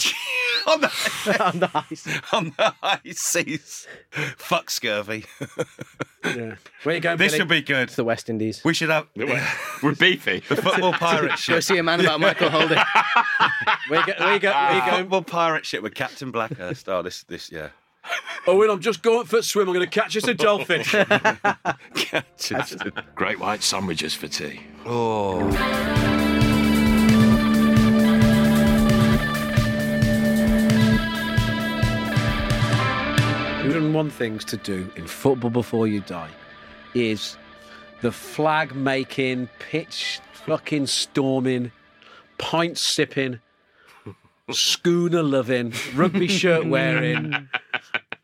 [SPEAKER 5] on the
[SPEAKER 4] on the ice.
[SPEAKER 5] on the high seas. Fuck scurvy.
[SPEAKER 2] yeah. Where you going,
[SPEAKER 5] This
[SPEAKER 2] Billy?
[SPEAKER 5] should be good.
[SPEAKER 4] It's the West Indies.
[SPEAKER 5] We should have
[SPEAKER 1] We're beefy.
[SPEAKER 5] the football pirate
[SPEAKER 4] Go
[SPEAKER 5] ship.
[SPEAKER 4] see a man about Michael Holding.
[SPEAKER 2] Where you go? Where you go? Where you
[SPEAKER 5] The
[SPEAKER 2] going?
[SPEAKER 5] football pirate ship with Captain Blackhurst. Oh, this this yeah.
[SPEAKER 2] Owen, I'm just going for a swim. I'm going to catch us a dolphin.
[SPEAKER 5] Captain.
[SPEAKER 1] Great white sandwiches for tea.
[SPEAKER 5] oh,
[SPEAKER 2] You've done one things to do in football before you die is the flag making, pitch fucking storming, pint sipping, schooner loving, rugby shirt wearing,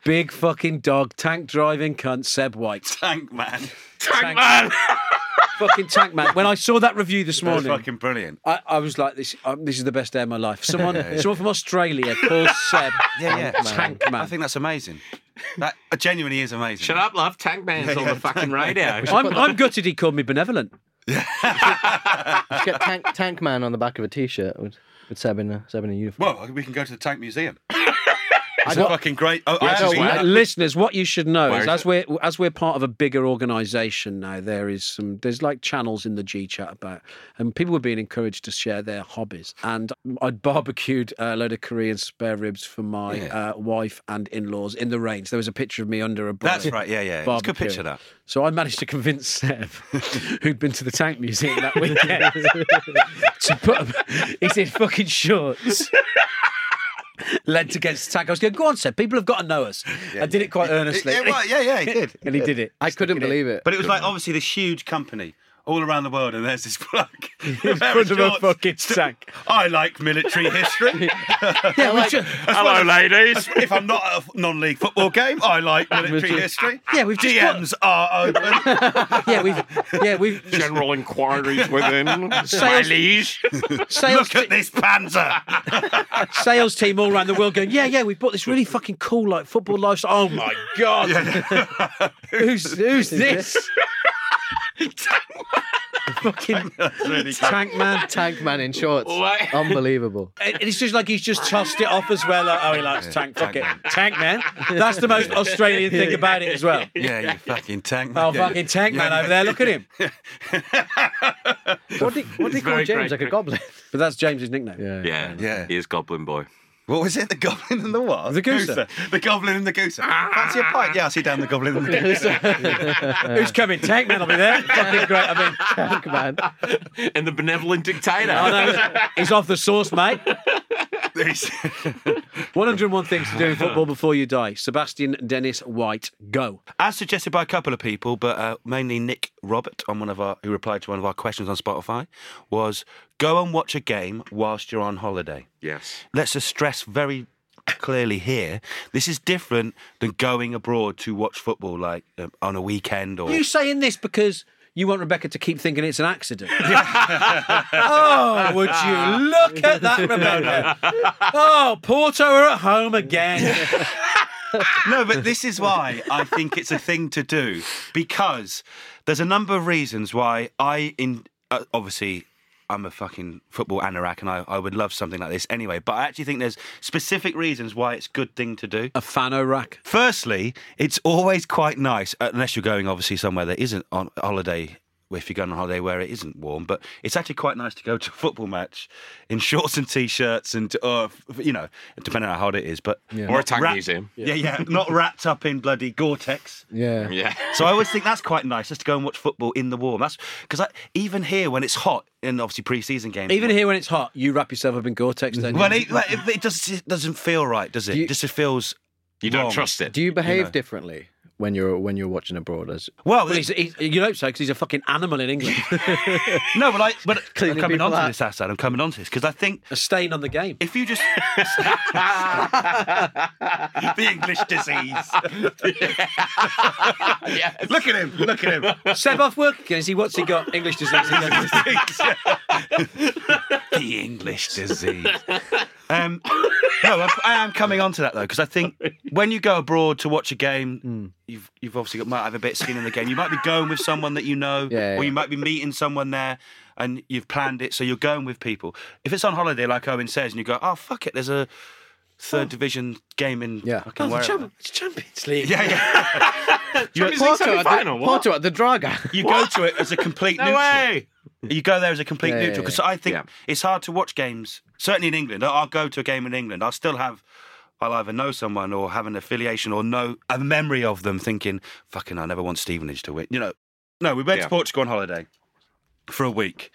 [SPEAKER 2] big fucking dog, tank driving cunt, Seb White.
[SPEAKER 5] tank man.
[SPEAKER 2] Tank man! fucking tank man. When I saw that review this
[SPEAKER 5] That's
[SPEAKER 2] morning.
[SPEAKER 5] fucking brilliant.
[SPEAKER 2] I, I was like, this. Um, this is the best day of my life. Someone, someone from Australia calls Seb
[SPEAKER 5] Yeah, yeah.
[SPEAKER 2] Tank Man.
[SPEAKER 5] I think that's amazing. That uh, genuinely is amazing.
[SPEAKER 1] Shut up, love. Tank Man's on the fucking radio.
[SPEAKER 2] I'm, I'm gutted he called me benevolent.
[SPEAKER 4] Just Get tank, tank Man on the back of a t shirt with, with Seb, in a, Seb in a uniform.
[SPEAKER 5] Well, we can go to the tank museum. It's a fucking great. Oh, I
[SPEAKER 4] Yes,
[SPEAKER 5] actually-
[SPEAKER 4] well,
[SPEAKER 2] Uh, listeners, what you should know
[SPEAKER 1] Where
[SPEAKER 2] is,
[SPEAKER 1] is
[SPEAKER 2] as we're as we're part of a bigger organisation now, there is some there's like channels in the G chat about, and people were being encouraged to share their hobbies. And I barbecued a load of Korean spare ribs for my uh, wife and in-laws in the rain. So there was a picture of me under a
[SPEAKER 5] That's
[SPEAKER 2] bonnet
[SPEAKER 5] right. Yeah, yeah. It's a
[SPEAKER 2] barbecuing.
[SPEAKER 5] good picture that.
[SPEAKER 2] So I managed to convince Seb, who'd been to the Tank Museum that weekend, to put him. He's in fucking shorts. Leant against the tank. I was going, go on, Seb, people have got to know us. I did it quite earnestly.
[SPEAKER 5] Yeah, well, yeah, yeah, he did.
[SPEAKER 2] and he did it.
[SPEAKER 4] I couldn't believe it.
[SPEAKER 5] But it was like obviously this huge company all around the world, and there's this bloke in a pair
[SPEAKER 2] front of a
[SPEAKER 5] shorts.
[SPEAKER 2] fucking tank.
[SPEAKER 5] I like military history.
[SPEAKER 2] Yeah, we, ju-
[SPEAKER 1] Hello, ladies.
[SPEAKER 5] if I'm not at a non-league football game, I like military history.
[SPEAKER 2] Yeah, we've just got-
[SPEAKER 5] DMs are open.
[SPEAKER 2] yeah, we've, yeah, we've
[SPEAKER 1] General inquiries within. My
[SPEAKER 2] Sales-
[SPEAKER 1] liege.
[SPEAKER 2] sales,
[SPEAKER 5] Look
[SPEAKER 2] te-
[SPEAKER 5] at this Panzer.
[SPEAKER 2] sales team all around the world going, yeah, yeah, we bought this really fucking cool like football lifestyle. Oh my god, who's who's this? fucking
[SPEAKER 5] really good.
[SPEAKER 2] tank man.
[SPEAKER 4] Tank Man in shorts.
[SPEAKER 1] What?
[SPEAKER 4] Unbelievable.
[SPEAKER 2] And it's just like he's just tossed it off as well. Like, oh, he likes tank. Fuck it, tank man. That's the most Australian thing about it as well.
[SPEAKER 5] Yeah, you fucking tank.
[SPEAKER 2] Oh, fucking tank man over there. Look at him.
[SPEAKER 4] What do you, what do you
[SPEAKER 1] It's
[SPEAKER 4] call
[SPEAKER 1] very
[SPEAKER 4] James?
[SPEAKER 1] great.
[SPEAKER 4] Like a goblin?
[SPEAKER 2] But that's James's nickname.
[SPEAKER 1] Yeah,
[SPEAKER 5] Yeah.
[SPEAKER 1] He is Goblin Boy.
[SPEAKER 5] What was it? The goblin and the what? Ah.
[SPEAKER 2] The gooser.
[SPEAKER 5] The goblin and the gooser. Fancy a pint? Yeah, I'll see down the goblin and the gooser.
[SPEAKER 2] Who's coming? Tank man will be there. Fucking great. I mean,
[SPEAKER 4] Tank Man.
[SPEAKER 1] And the benevolent dictator.
[SPEAKER 2] I know he's off the source, mate.
[SPEAKER 5] There's-
[SPEAKER 2] 101 things to do in football before you die. Sebastian Dennis White, go.
[SPEAKER 5] As suggested by a couple of people, but uh, mainly Nick Robert on one of our who replied to one of our questions on Spotify, was go and watch a game whilst you're on holiday.
[SPEAKER 1] Yes.
[SPEAKER 5] Let's just stress very clearly here: this is different than going abroad to watch football, like um, on a weekend or.
[SPEAKER 2] You saying this because you want Rebecca to keep thinking it's an accident? oh, would you look at that, Rebecca? Oh, Porto are at home again.
[SPEAKER 5] no, but this is why I think it's a thing to do because there's a number of reasons why I in uh, obviously. I'm a fucking football anorak and I, I would love something like this anyway. But I actually think there's specific reasons why it's a good thing to do.
[SPEAKER 2] A fano rack.
[SPEAKER 5] uh, Firstly, it's always quite nice, unless you're going obviously somewhere that isn't on holiday if you're going on holiday where it isn't warm. But it's actually quite nice to go to a football match in shorts and t-shirts and or you know, depending on how hot it is. But
[SPEAKER 1] Or a
[SPEAKER 5] not
[SPEAKER 1] tank
[SPEAKER 5] wrap-
[SPEAKER 1] museum.
[SPEAKER 5] Yeah, yeah, not wrapped up in bloody Gore-Tex.
[SPEAKER 4] Yeah.
[SPEAKER 1] Yeah.
[SPEAKER 5] So I always think that's quite nice just to go and watch football in the warm. That's because even here when it's hot and obviously pre-season games,
[SPEAKER 2] Even here when it's hot, you wrap yourself up in Gore-Tex. Then
[SPEAKER 5] Well, it, like, it, it, does, it doesn't feel right, does it?
[SPEAKER 4] Do you-
[SPEAKER 5] it just feels.
[SPEAKER 1] You don't
[SPEAKER 5] Wrong.
[SPEAKER 1] trust it.
[SPEAKER 4] Do you behave
[SPEAKER 5] know.
[SPEAKER 4] differently when you're when you're watching abroad? As
[SPEAKER 5] Well,
[SPEAKER 2] Well, he's, he's, you hope so because he's a fucking animal in England.
[SPEAKER 5] no, but like, but I'm
[SPEAKER 4] Cleaning
[SPEAKER 5] coming
[SPEAKER 4] people
[SPEAKER 5] onto
[SPEAKER 4] out.
[SPEAKER 5] this, Assad. I'm coming onto this because I think
[SPEAKER 2] a stain on the game.
[SPEAKER 5] if you just
[SPEAKER 3] the English disease. Look at him. Look at him.
[SPEAKER 2] Seb off work again. Is he what's he got? English disease. again.
[SPEAKER 5] the English disease. Um, no, I'm, I am coming on to that though, because I think when you go abroad to watch a game,
[SPEAKER 4] Hmm.
[SPEAKER 5] you've you've obviously got might have a bit of skin in the game. You might be going with someone that you know,
[SPEAKER 4] Yeah,
[SPEAKER 5] or
[SPEAKER 4] yeah.
[SPEAKER 5] you might be meeting someone there, and you've planned it, so you're going with people. If it's on holiday, like Owen says, and you go, oh fuck it, there's a third division game in
[SPEAKER 4] Yeah. Oh,
[SPEAKER 5] fucking
[SPEAKER 2] It's
[SPEAKER 5] wherever."
[SPEAKER 2] Champ- it's Champions League.
[SPEAKER 5] Yeah, yeah.
[SPEAKER 1] Champions League
[SPEAKER 4] at
[SPEAKER 1] semi-final,
[SPEAKER 4] the,
[SPEAKER 1] what?
[SPEAKER 4] Porto at the Draga.
[SPEAKER 5] You go to it as a complete
[SPEAKER 1] No
[SPEAKER 5] neutral.
[SPEAKER 1] way.
[SPEAKER 5] You go there as a complete
[SPEAKER 4] Yeah, yeah,
[SPEAKER 5] neutral because I think
[SPEAKER 1] Yeah.
[SPEAKER 5] it's hard to watch games. Certainly in England, I'll go to a game in England. I'll still have, I'll either know someone or have an affiliation or know a memory of them, thinking, "Fucking, I never want Stevenage to win." You know, no, we went
[SPEAKER 1] Yeah.
[SPEAKER 5] to Portugal on holiday for a week,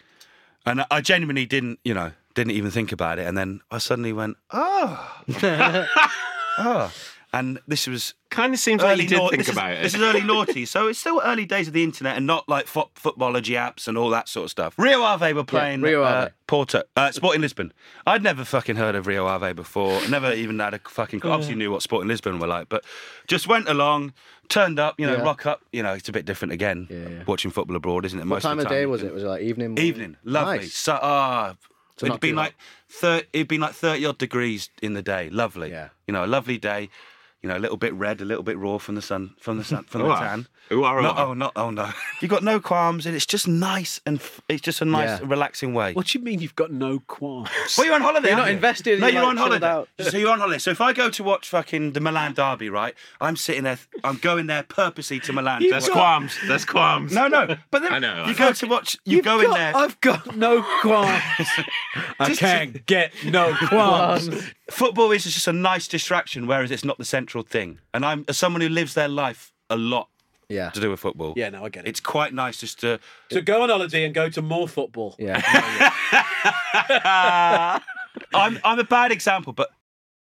[SPEAKER 5] and I genuinely didn't, you know, didn't even think about it. And then I suddenly went, "Oh, oh," and this was
[SPEAKER 1] Kind of seems like you did
[SPEAKER 5] nau-
[SPEAKER 1] think
[SPEAKER 5] this is-
[SPEAKER 1] about it.
[SPEAKER 5] This is early naughty, so it's still early days of the internet and not like fo- footballogy apps and all that sort of stuff. Rio Ave were playing
[SPEAKER 4] Rio
[SPEAKER 5] uh,
[SPEAKER 4] Ave.
[SPEAKER 5] Porto, uh, Sporting Lisbon. I'd never fucking heard of Rio Ave before. Never even had a fucking. Obviously knew what Sporting Lisbon were like, but just went along, turned up, you know,
[SPEAKER 4] Yeah.
[SPEAKER 5] rock up. You know, it's a bit different again.
[SPEAKER 4] yeah.
[SPEAKER 5] Watching football abroad, isn't it?
[SPEAKER 4] What
[SPEAKER 5] Most
[SPEAKER 4] time
[SPEAKER 5] of
[SPEAKER 4] of
[SPEAKER 5] the
[SPEAKER 4] day
[SPEAKER 5] you
[SPEAKER 4] was
[SPEAKER 5] can-
[SPEAKER 4] it? Was it like evening? morning?
[SPEAKER 5] Evening, lovely.
[SPEAKER 4] Nice.
[SPEAKER 5] So, ah,
[SPEAKER 4] not
[SPEAKER 5] it'd
[SPEAKER 4] too
[SPEAKER 5] been
[SPEAKER 4] hot.
[SPEAKER 5] like thirty. It'd been like thirty odd degrees in the day. Lovely.
[SPEAKER 4] Yeah.
[SPEAKER 5] You know, a lovely day. You know, a little bit red, a little bit raw from the sun, from the sun, from the
[SPEAKER 1] Ooh, ah.
[SPEAKER 5] tan.
[SPEAKER 1] Ooh, ah, ooh,
[SPEAKER 5] No,
[SPEAKER 1] ah.
[SPEAKER 5] oh no, oh no. You got no qualms, and it's just nice, and f- it's just a nice,
[SPEAKER 4] Yeah.
[SPEAKER 5] relaxing way.
[SPEAKER 2] What do you mean you've got no qualms?
[SPEAKER 5] Well, you're on holiday.
[SPEAKER 4] You're
[SPEAKER 5] aren't
[SPEAKER 4] not
[SPEAKER 5] you?
[SPEAKER 4] invested,
[SPEAKER 5] No,
[SPEAKER 4] you're
[SPEAKER 5] you're,
[SPEAKER 4] like
[SPEAKER 5] on
[SPEAKER 4] chilled
[SPEAKER 5] holiday.
[SPEAKER 4] out.
[SPEAKER 5] So you're on holiday. So if I go to watch fucking the Milan derby, right? I'm sitting there. I'm going there purposely to Milan.
[SPEAKER 2] You've
[SPEAKER 5] That's
[SPEAKER 1] There's
[SPEAKER 2] got-
[SPEAKER 5] quite-
[SPEAKER 1] qualms. There's qualms.
[SPEAKER 5] No, no. But then
[SPEAKER 1] I know, I
[SPEAKER 5] you go to watch. You
[SPEAKER 2] You've
[SPEAKER 5] go in
[SPEAKER 2] got-
[SPEAKER 5] there.
[SPEAKER 2] I've got no qualms. I can't get no qualms.
[SPEAKER 5] football is just a nice distraction, whereas it's not the central thing. And I'm as someone who lives their life a lot
[SPEAKER 4] Yeah.
[SPEAKER 5] to do with football.
[SPEAKER 2] Yeah, no, I get it.
[SPEAKER 5] It's quite nice just to.
[SPEAKER 2] So go on holiday and go to more football.
[SPEAKER 4] Yeah.
[SPEAKER 5] I'm I'm a bad example, but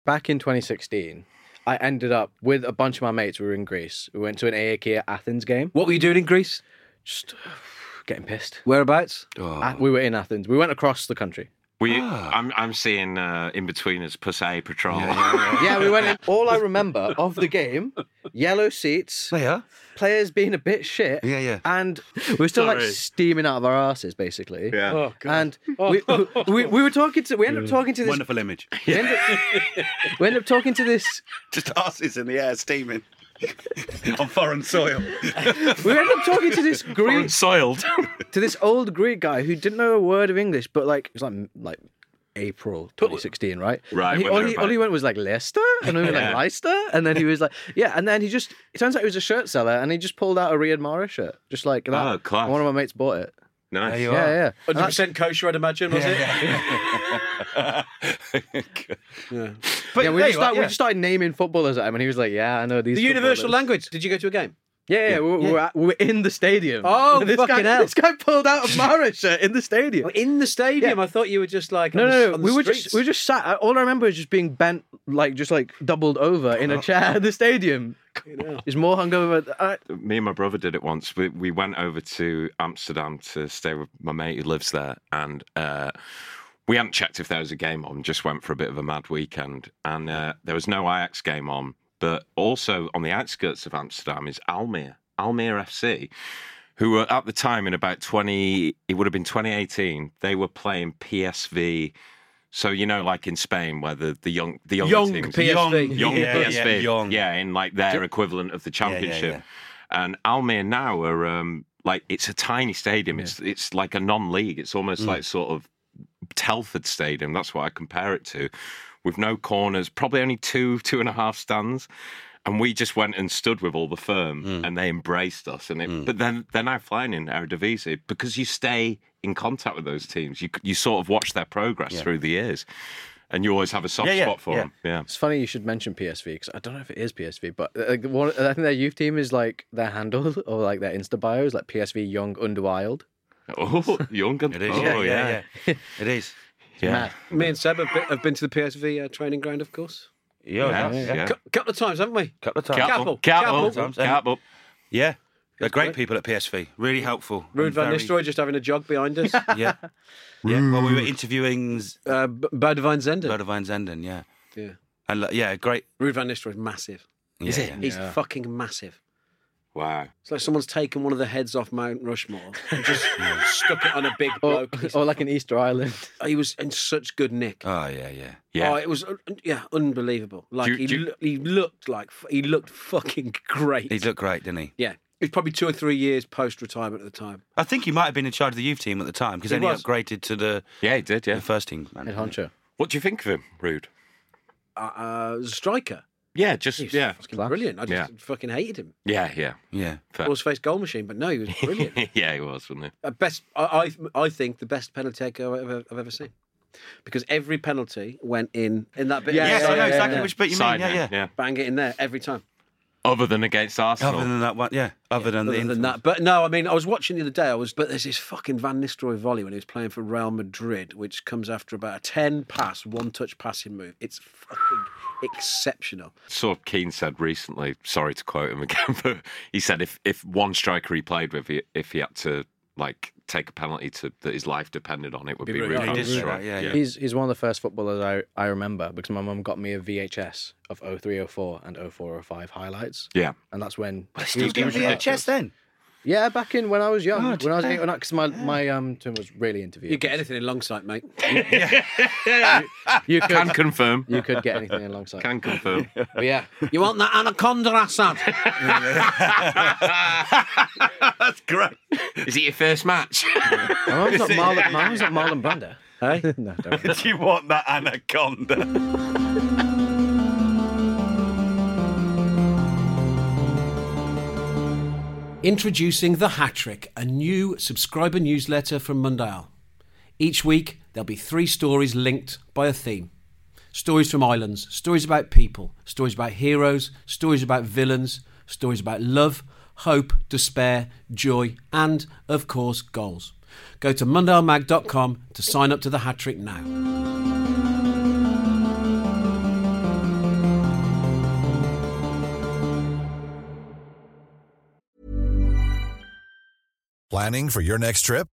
[SPEAKER 4] Back in 2016, I ended up with a bunch of my mates. We were in Greece. We went to an AAK Athens game.
[SPEAKER 2] What were you doing in Greece?
[SPEAKER 4] Just uh, getting pissed.
[SPEAKER 2] Whereabouts?
[SPEAKER 1] Oh.
[SPEAKER 4] Ah, We were in Athens. We went across the country.
[SPEAKER 1] We, I'm, I'm seeing uh, in between us Pussy Patrol.
[SPEAKER 4] Yeah, we went in. All I remember of the game, yellow seats,
[SPEAKER 5] yeah,
[SPEAKER 4] players being a bit shit.
[SPEAKER 5] Yeah, yeah.
[SPEAKER 4] And we were still like
[SPEAKER 1] Sorry.
[SPEAKER 4] steaming out of our asses, basically.
[SPEAKER 1] Yeah.
[SPEAKER 2] Oh, Mm. God.
[SPEAKER 4] And we, we, we were talking to, we ended up talking to this,
[SPEAKER 5] wonderful image.
[SPEAKER 4] we ended, up, we ended up talking to this,
[SPEAKER 5] just asses in the air, steaming on foreign soil.
[SPEAKER 4] we ended up talking to this Greek,
[SPEAKER 1] soiled.
[SPEAKER 4] to this old Greek guy who didn't know a word of English, but like, it was like, like April 2016, right?
[SPEAKER 1] Right,
[SPEAKER 4] And He,
[SPEAKER 1] when
[SPEAKER 4] all,
[SPEAKER 1] they were
[SPEAKER 4] he,
[SPEAKER 1] back.
[SPEAKER 4] all he went was like Leicester, and we were like
[SPEAKER 1] Yeah.
[SPEAKER 4] Leicester, and then he was like, yeah, and then he just, it turns out he was a shirt seller, and he just pulled out a Riyad Mahrez shirt, just like that.
[SPEAKER 1] Oh, class.
[SPEAKER 4] One of my mates bought it.
[SPEAKER 1] Nice.
[SPEAKER 4] Yeah, yeah. And
[SPEAKER 2] 100% kosher, I'd imagine, was it?
[SPEAKER 5] But
[SPEAKER 4] Yeah, we,
[SPEAKER 5] there
[SPEAKER 4] just
[SPEAKER 5] you are,
[SPEAKER 4] start, we
[SPEAKER 5] yeah.
[SPEAKER 4] just started naming footballers at him, and he was like, "Yeah, I know these."
[SPEAKER 2] The universal
[SPEAKER 4] footballers."
[SPEAKER 2] language. Did you go to a game?
[SPEAKER 4] Yeah, yeah, we We're, We're, at- we're in the stadium.
[SPEAKER 2] Oh,
[SPEAKER 4] this
[SPEAKER 2] fucking
[SPEAKER 4] guy,
[SPEAKER 2] hell.
[SPEAKER 4] This guy pulled out a Mara shirt in the stadium.
[SPEAKER 2] In the stadium. I thought you were just like.
[SPEAKER 4] No,
[SPEAKER 2] on the,
[SPEAKER 4] no, no.
[SPEAKER 2] on the
[SPEAKER 4] We were
[SPEAKER 2] streets.
[SPEAKER 4] just we were just sat. I- All I remember is just being bent, like just like doubled over in
[SPEAKER 2] Oh.
[SPEAKER 4] a chair at the stadium. Is more hungover. uh, th- I,
[SPEAKER 1] me and my brother did it once. We, we went over to Amsterdam to stay with my mate who lives there, and uh, we hadn't checked if there was a game on. Just went for a bit of a mad weekend, and uh, there was no Ajax game on. But also on the outskirts of Amsterdam is Almere, Almere FC, who were at the time in about twenty. It would have been twenty eighteen. They were playing PSV. So you know, like in Spain, where the, the young the younger
[SPEAKER 2] Young
[SPEAKER 1] teams,
[SPEAKER 2] PSV.
[SPEAKER 1] young
[SPEAKER 5] yeah,
[SPEAKER 1] PSV,
[SPEAKER 5] Yeah, young.
[SPEAKER 1] yeah, in like their equivalent of the
[SPEAKER 5] yeah,
[SPEAKER 1] championship.
[SPEAKER 5] yeah.
[SPEAKER 1] And Almere now are um, like it's a tiny stadium. It's it's like a non-league. It's almost
[SPEAKER 5] Mm.
[SPEAKER 1] like sort of Telford Stadium. That's what I compare it to, with no corners, probably only two two and a half stands. And we just went and stood with all the firm,
[SPEAKER 5] Mm.
[SPEAKER 1] and they embraced us. And it, but then they're now flying in Eredivisie because you stay in contact with those teams. You you sort of watch their progress through the years, and you always have a soft
[SPEAKER 5] Yeah, yeah,
[SPEAKER 1] spot for
[SPEAKER 5] yeah.
[SPEAKER 1] them. Yeah.
[SPEAKER 4] It's funny you should mention PSV because I don't know if it is PSV, but uh, like the one, I think their youth team is like their handle or like their Insta bio is like PSV Young Underwild.
[SPEAKER 1] Oh, young and
[SPEAKER 5] It is.
[SPEAKER 1] oh,
[SPEAKER 5] yeah, yeah, yeah. it is.
[SPEAKER 1] yeah.
[SPEAKER 2] Me and Seb have been, have been to the PSV uh, training ground, of course.
[SPEAKER 5] Yeah,
[SPEAKER 1] Yeah,
[SPEAKER 5] yeah.
[SPEAKER 1] yeah.
[SPEAKER 2] A couple of times, haven't we?
[SPEAKER 5] Couple of times.
[SPEAKER 2] Couple.
[SPEAKER 1] Couple, couple,
[SPEAKER 2] Couple.
[SPEAKER 1] couple.
[SPEAKER 5] Yeah. They're great
[SPEAKER 2] great.
[SPEAKER 5] people at PSV. Really helpful.
[SPEAKER 2] Ruud
[SPEAKER 5] and
[SPEAKER 2] van
[SPEAKER 5] very-
[SPEAKER 2] Nistelrooy just having a jog behind us.
[SPEAKER 5] Yeah. yeah. Well, we were interviewing Z-
[SPEAKER 2] uh, B- Bode van Zenden.
[SPEAKER 5] Bode van Zenden, yeah.
[SPEAKER 2] Yeah.
[SPEAKER 5] And like, yeah, great.
[SPEAKER 2] Ruud van Nistelrooy is massive.
[SPEAKER 5] Yeah,
[SPEAKER 2] Is he?
[SPEAKER 5] yeah.
[SPEAKER 2] He's fucking massive.
[SPEAKER 1] Wow.
[SPEAKER 2] It's like someone's taken one of the heads off Mount Rushmore and just stuck it on a big
[SPEAKER 4] Or,
[SPEAKER 2] bloke. He's-
[SPEAKER 4] or like an Easter Island.
[SPEAKER 2] He was in such good nick.
[SPEAKER 5] Oh, yeah, yeah.
[SPEAKER 1] Yeah.
[SPEAKER 2] Oh, it was un- yeah, unbelievable. Like
[SPEAKER 1] you-
[SPEAKER 2] he,
[SPEAKER 1] do you-
[SPEAKER 2] loo- he looked like f- he looked fucking great.
[SPEAKER 5] He looked great, didn't he?
[SPEAKER 2] yeah, it was probably two or three years post retirement at the time.
[SPEAKER 5] I think he might have been in charge of the youth team at the time because
[SPEAKER 2] He
[SPEAKER 5] then he
[SPEAKER 2] was.
[SPEAKER 5] upgraded to the,
[SPEAKER 1] Yeah, he did.
[SPEAKER 5] the
[SPEAKER 1] Yeah.
[SPEAKER 5] first team. Man.
[SPEAKER 4] Head honcho.
[SPEAKER 1] What do you think of him, Rude?
[SPEAKER 2] Uh, uh, striker,
[SPEAKER 1] Yeah, just
[SPEAKER 2] he was
[SPEAKER 1] yeah,
[SPEAKER 2] fucking
[SPEAKER 4] Class.
[SPEAKER 2] brilliant. I just
[SPEAKER 1] Yeah.
[SPEAKER 2] fucking hated him.
[SPEAKER 1] yeah, yeah.
[SPEAKER 5] Yeah.
[SPEAKER 1] Fair.
[SPEAKER 2] Horse face goal machine, but no, he was brilliant.
[SPEAKER 1] yeah, he was, wasn't he?
[SPEAKER 2] Uh, best, I, I, I think the best penalty taker I've ever, I've ever seen, because every penalty went in in that bit.
[SPEAKER 4] Yeah,
[SPEAKER 2] of
[SPEAKER 5] Yes,
[SPEAKER 4] yeah,
[SPEAKER 5] I know
[SPEAKER 4] yeah,
[SPEAKER 5] exactly
[SPEAKER 4] yeah.
[SPEAKER 5] which bit you mean.
[SPEAKER 1] Side
[SPEAKER 5] Yeah,
[SPEAKER 1] man,
[SPEAKER 5] yeah.
[SPEAKER 2] bang it in there every time.
[SPEAKER 1] Other than against Arsenal.
[SPEAKER 5] Other than that one, yeah. Other than
[SPEAKER 2] Other
[SPEAKER 5] the
[SPEAKER 2] than that, but no, I mean, I was watching the other day. I was, but there's this fucking Van Nistelrooy volley when he was playing for Real Madrid, which comes after about a ten pass, one touch passing move. It's fucking exceptional.
[SPEAKER 1] Saw Keane said recently. Sorry to quote him again, but he said if if one striker he played with, he- if he had to like take a penalty to that his life depended on, it would be,
[SPEAKER 2] Ruud
[SPEAKER 1] Ruud
[SPEAKER 2] van
[SPEAKER 1] van
[SPEAKER 5] Nistelrooy,
[SPEAKER 1] Nistelrooy.
[SPEAKER 5] yeah, yeah.
[SPEAKER 4] He's he's one of the first footballers I, I remember because my mum got me a VHS of 0304 and 0405 highlights.
[SPEAKER 1] Yeah.
[SPEAKER 4] And that's when
[SPEAKER 5] Still doing VHS then?
[SPEAKER 4] Yeah, back in when I was young, when I was eight or nine, because my, my um twin was really into VHS.
[SPEAKER 2] You get anything in long sight, mate.
[SPEAKER 4] you
[SPEAKER 1] Can
[SPEAKER 4] could
[SPEAKER 1] confirm.
[SPEAKER 4] you could get anything alongside.
[SPEAKER 1] Can confirm.
[SPEAKER 4] But yeah,
[SPEAKER 2] You want that anaconda, Assad?
[SPEAKER 1] That's great. Is it your first match?
[SPEAKER 4] my mum's not Marlon. My mum's not Marlon Brando.
[SPEAKER 2] Hey?
[SPEAKER 4] no, don't.
[SPEAKER 5] Did you want that anaconda?
[SPEAKER 6] Introducing The Hat Trick, a new subscriber newsletter from Mundial. Each week, there'll be three stories linked by a theme stories from islands, stories about people, stories about heroes, stories about villains, stories about love, hope, despair, joy, and, of course, goals. Go to mundialmag.com to sign up to The Hat Trick now.
[SPEAKER 7] Planning for your next trip?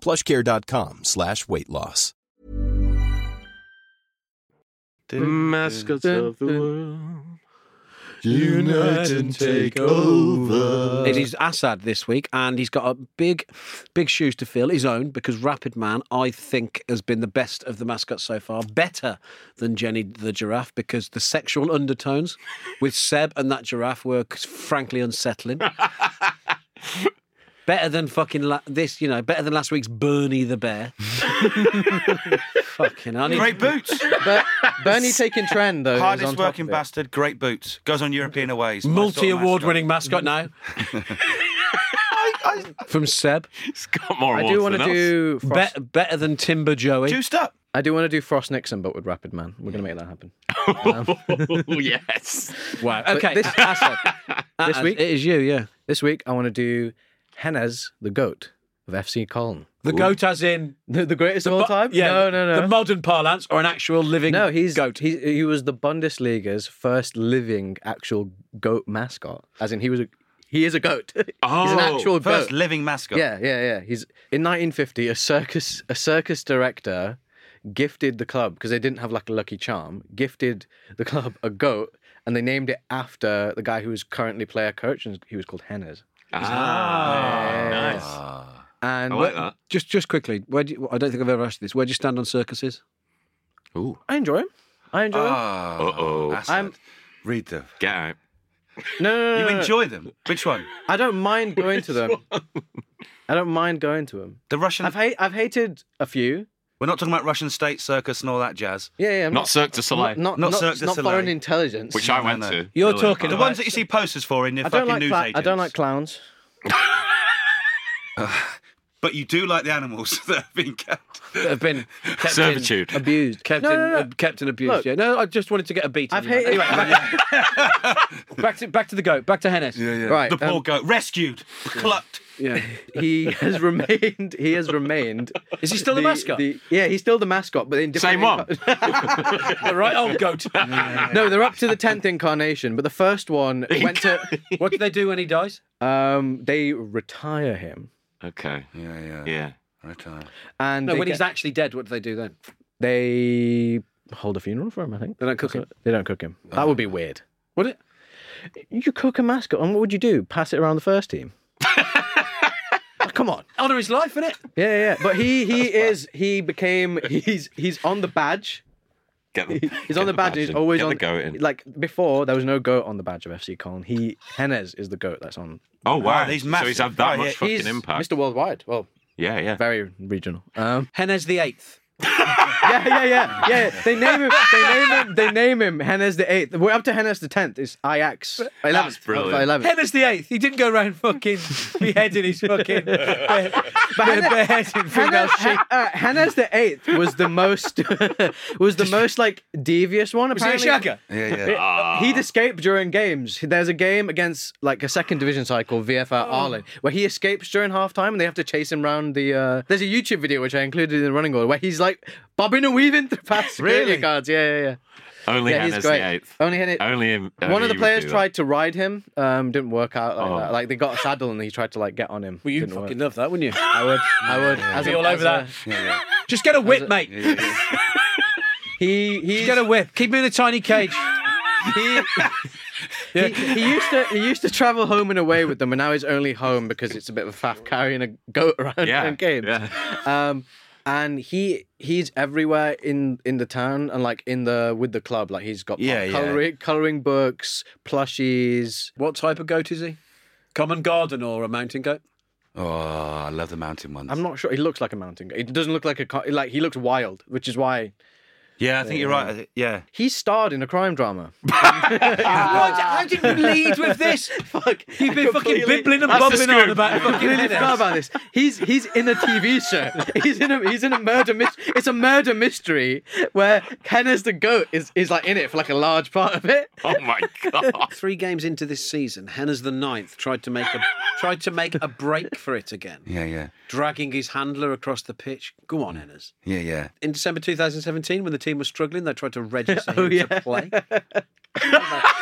[SPEAKER 8] Plushcare.com slash weight loss.
[SPEAKER 1] Mascots of the world.
[SPEAKER 7] Unite and take over.
[SPEAKER 2] It is Assad this week, and he's got a big, big shoes to fill his own because Rapid Man, I think, has been the best of the mascots so far, better than Jenny the giraffe because the sexual undertones with Seb and that giraffe were frankly unsettling. better than fucking la- this, you know, better than last week's Bernie the bear. fucking, I need
[SPEAKER 5] Great boots.
[SPEAKER 4] But Bernie taking trend though. is on
[SPEAKER 5] Hardest
[SPEAKER 4] top of
[SPEAKER 5] working
[SPEAKER 4] it.
[SPEAKER 5] bastard. Great boots. Goes on European aways.
[SPEAKER 2] multi award
[SPEAKER 5] winning.
[SPEAKER 2] winning mascot now. From Seb,
[SPEAKER 1] It's got more
[SPEAKER 4] I
[SPEAKER 1] awards
[SPEAKER 4] do want to
[SPEAKER 1] than us.
[SPEAKER 4] do. Frost,
[SPEAKER 2] Be- better than Timber Joey.
[SPEAKER 5] Juiced up.
[SPEAKER 4] I do want to do Frost Nixon, but with Rapid Man. We're gonna make that happen.
[SPEAKER 1] Oh, yes.
[SPEAKER 2] Wow.
[SPEAKER 4] But
[SPEAKER 2] Okay.
[SPEAKER 4] This,
[SPEAKER 2] Assad.
[SPEAKER 4] this
[SPEAKER 2] Uh,
[SPEAKER 4] week,
[SPEAKER 2] it is you, yeah.
[SPEAKER 4] this week I want to do Hennes, the goat of FC Coln.
[SPEAKER 2] The goat, as in
[SPEAKER 4] The, the greatest of all
[SPEAKER 2] But-
[SPEAKER 4] time?
[SPEAKER 2] Yeah,
[SPEAKER 4] no, no, no.
[SPEAKER 2] The modern parlance, or an actual living
[SPEAKER 4] no, he's
[SPEAKER 2] goat.
[SPEAKER 4] He, he was the Bundesliga's first living actual goat mascot. As in, he was a, he is a goat. he's an
[SPEAKER 1] Oh,
[SPEAKER 4] actual
[SPEAKER 5] First
[SPEAKER 4] goat.
[SPEAKER 5] living mascot.
[SPEAKER 4] yeah, yeah, yeah. He's in 1950. A circus a circus director gifted the club because they didn't have like a Lucky Charm. Gifted the club a goat, and they named it after the guy who was currently player coach, and he was called Henners.
[SPEAKER 1] Ah, nice.
[SPEAKER 5] Ah.
[SPEAKER 4] And
[SPEAKER 1] I
[SPEAKER 4] what-
[SPEAKER 1] like that.
[SPEAKER 2] Just, just quickly. Where do you, I don't think I've ever asked you this. Where do you stand on circuses?
[SPEAKER 1] Ooh,
[SPEAKER 4] I enjoy him. I enjoy him.
[SPEAKER 5] Oh,
[SPEAKER 1] Uh-oh.
[SPEAKER 5] Assad.
[SPEAKER 4] I'm- Uh,
[SPEAKER 5] Read them.
[SPEAKER 1] get out.
[SPEAKER 4] No, no, no,
[SPEAKER 5] You
[SPEAKER 4] no, no.
[SPEAKER 5] enjoy them. Which one?
[SPEAKER 4] I don't mind going to them. I don't mind going to them.
[SPEAKER 5] The Russian.
[SPEAKER 4] I've ha- I've hated a few.
[SPEAKER 5] We're not talking about Russian state circus and all that jazz.
[SPEAKER 4] Yeah, yeah. I'm
[SPEAKER 1] Not Cirque du Soleil,
[SPEAKER 4] Not
[SPEAKER 5] Not
[SPEAKER 4] not, not,
[SPEAKER 5] Cirque du
[SPEAKER 4] not
[SPEAKER 5] Soleil.
[SPEAKER 4] foreign intelligence.
[SPEAKER 1] which
[SPEAKER 5] No,
[SPEAKER 1] I
[SPEAKER 5] no,
[SPEAKER 1] went
[SPEAKER 5] no.
[SPEAKER 1] to.
[SPEAKER 2] You're
[SPEAKER 1] Really
[SPEAKER 2] talking
[SPEAKER 1] fun.
[SPEAKER 5] The ones that you see posters for in your
[SPEAKER 4] I don't
[SPEAKER 5] fucking
[SPEAKER 4] like.
[SPEAKER 5] news
[SPEAKER 4] cla-
[SPEAKER 5] agents.
[SPEAKER 4] I don't like clowns.
[SPEAKER 5] But you do like the animals that have been kept.
[SPEAKER 2] that have been kept in-
[SPEAKER 1] servitude.
[SPEAKER 4] Abused.
[SPEAKER 2] kept,
[SPEAKER 4] no,
[SPEAKER 2] in,
[SPEAKER 4] no, no.
[SPEAKER 2] uh, kept in abuse.
[SPEAKER 4] Look.
[SPEAKER 2] yeah. No, I just wanted to get a beat. on
[SPEAKER 4] I've
[SPEAKER 2] you, mate.
[SPEAKER 4] hated.
[SPEAKER 2] Anyway, back to back to the goat. Back to Hennes. Yeah.
[SPEAKER 4] Right.
[SPEAKER 5] The poor
[SPEAKER 4] um,
[SPEAKER 5] goat rescued, clucked.
[SPEAKER 4] he has remained. He has remained.
[SPEAKER 2] Is he still the, mascot?
[SPEAKER 4] the- yeah, he's still the mascot, but in different.
[SPEAKER 1] Same one.
[SPEAKER 2] the right old goat.
[SPEAKER 4] no, they're up to the tenth incarnation, but the first one went to.
[SPEAKER 2] what do they do when he dies?
[SPEAKER 4] Um, they retire him,
[SPEAKER 1] Okay.
[SPEAKER 5] Yeah, yeah.
[SPEAKER 1] Yeah.
[SPEAKER 5] Right, uh,
[SPEAKER 4] and
[SPEAKER 2] No,
[SPEAKER 4] they,
[SPEAKER 2] when he's
[SPEAKER 4] get-
[SPEAKER 2] actually dead, what do they do then?
[SPEAKER 4] they hold a funeral for him. I think
[SPEAKER 2] They don't cook him.
[SPEAKER 4] They don't cook him. That would be weird.
[SPEAKER 2] Would it?
[SPEAKER 4] You cook a mascot, and what would you do? Pass it around the first team? Oh, come on.
[SPEAKER 2] Honor his life, innit?
[SPEAKER 4] Yeah, yeah, yeah. But he he is he became he's he's on the badge.
[SPEAKER 1] Get the,
[SPEAKER 4] He's
[SPEAKER 1] get
[SPEAKER 4] on the badge. and
[SPEAKER 1] in.
[SPEAKER 4] He's always
[SPEAKER 1] get
[SPEAKER 4] on
[SPEAKER 1] the goat in.
[SPEAKER 4] Like before, there was no goat on the badge of FC Colin. He Hennes is the goat that's on.
[SPEAKER 1] Oh wow,
[SPEAKER 5] Wow, he's
[SPEAKER 1] So
[SPEAKER 5] massive.
[SPEAKER 1] he's had that
[SPEAKER 5] Right,
[SPEAKER 1] much
[SPEAKER 5] yeah,
[SPEAKER 1] fucking
[SPEAKER 4] He's
[SPEAKER 1] impact.
[SPEAKER 4] Mr. Worldwide. Well,
[SPEAKER 1] Yeah, yeah.
[SPEAKER 4] very regional. Um,
[SPEAKER 2] Hennes the eighth.
[SPEAKER 4] yeah, yeah, yeah, yeah. yeah. They name him. They name him. They name him Hennes the eighth. We're up to Hennes the tenth. It's Ajax. Eleventh.
[SPEAKER 1] brilliant.
[SPEAKER 4] Eleventh.
[SPEAKER 2] Hennes the eighth. He didn't go around fucking beheading his fucking be- be- beheading female
[SPEAKER 4] Hannah's,
[SPEAKER 2] sheep.
[SPEAKER 4] uh, Hannah's the eighth was the most was the most like devious one.
[SPEAKER 2] Was he a
[SPEAKER 4] Apparently,
[SPEAKER 2] shagger?
[SPEAKER 5] yeah,
[SPEAKER 4] It-
[SPEAKER 5] yeah.
[SPEAKER 1] Ah,
[SPEAKER 4] He'd escaped during games. There's a game against like a second division side called
[SPEAKER 1] Oh.
[SPEAKER 4] VFR Ireland where he escapes during halftime and they have to chase him round the. Uh... There's a YouTube video which I included in the running order where he's like bobbing and weaving through past security
[SPEAKER 5] Really?
[SPEAKER 4] guards. Yeah, yeah, yeah.
[SPEAKER 1] Only
[SPEAKER 4] yeah,
[SPEAKER 1] Hannah's
[SPEAKER 4] he's
[SPEAKER 1] the
[SPEAKER 4] great.
[SPEAKER 1] eighth.
[SPEAKER 4] Only Hennes.
[SPEAKER 1] Only him.
[SPEAKER 4] One
[SPEAKER 1] only
[SPEAKER 4] of the
[SPEAKER 1] you would
[SPEAKER 4] players
[SPEAKER 1] do that.
[SPEAKER 4] tried to ride him. Um, didn't work out like
[SPEAKER 1] Oh.
[SPEAKER 4] that. Like they got a saddle and he tried to like get on him.
[SPEAKER 2] Well, you'd
[SPEAKER 4] Didn't work.
[SPEAKER 2] fucking love that, wouldn't you?
[SPEAKER 4] I would. I would. As
[SPEAKER 2] Be
[SPEAKER 4] a-
[SPEAKER 2] all
[SPEAKER 4] as
[SPEAKER 2] over that.
[SPEAKER 4] a-
[SPEAKER 2] Just get a whip, mate.
[SPEAKER 4] He he
[SPEAKER 2] Just get a whip. Keep him in a tiny cage.
[SPEAKER 4] he, he, he used to he used to travel home and away with them, and now he's only home because it's a bit of a faff carrying a goat around
[SPEAKER 1] Yeah,
[SPEAKER 4] in games.
[SPEAKER 1] yeah.
[SPEAKER 4] Um, and he he's everywhere in in the town and like in the with the club. Like he's got
[SPEAKER 5] Yeah, yeah.
[SPEAKER 4] coloring coloring books, plushies.
[SPEAKER 2] What type of goat is he? Common garden or a mountain goat?
[SPEAKER 5] Oh, I love the mountain ones.
[SPEAKER 4] I'm not sure. He looks like a mountain goat. He doesn't look like a co- like he looks wild, which is why
[SPEAKER 5] Yeah, I think you're right. I thi- Yeah.
[SPEAKER 4] he starred in a crime drama.
[SPEAKER 2] How did we lead with this?
[SPEAKER 4] Fuck,
[SPEAKER 2] You've been fucking
[SPEAKER 4] completely-
[SPEAKER 2] bibbling and
[SPEAKER 4] That's the
[SPEAKER 2] bobbing on about
[SPEAKER 4] I
[SPEAKER 2] fucking
[SPEAKER 4] really forgot
[SPEAKER 2] Hennes.
[SPEAKER 4] about this. He's he's in a TV show. He's in a he's in a murder mystery. It's a murder mystery where Ken as the goat is is like in it for like a large part of it.
[SPEAKER 1] Oh my god.
[SPEAKER 2] Three games into this season, Hennes the ninth tried to make a tried to make a break for it again,
[SPEAKER 5] Yeah, yeah.
[SPEAKER 2] dragging his handler across the pitch. Go on, Hennes.
[SPEAKER 5] Yeah, yeah.
[SPEAKER 2] In December 2017, when the team was struggling, they tried to register him to play.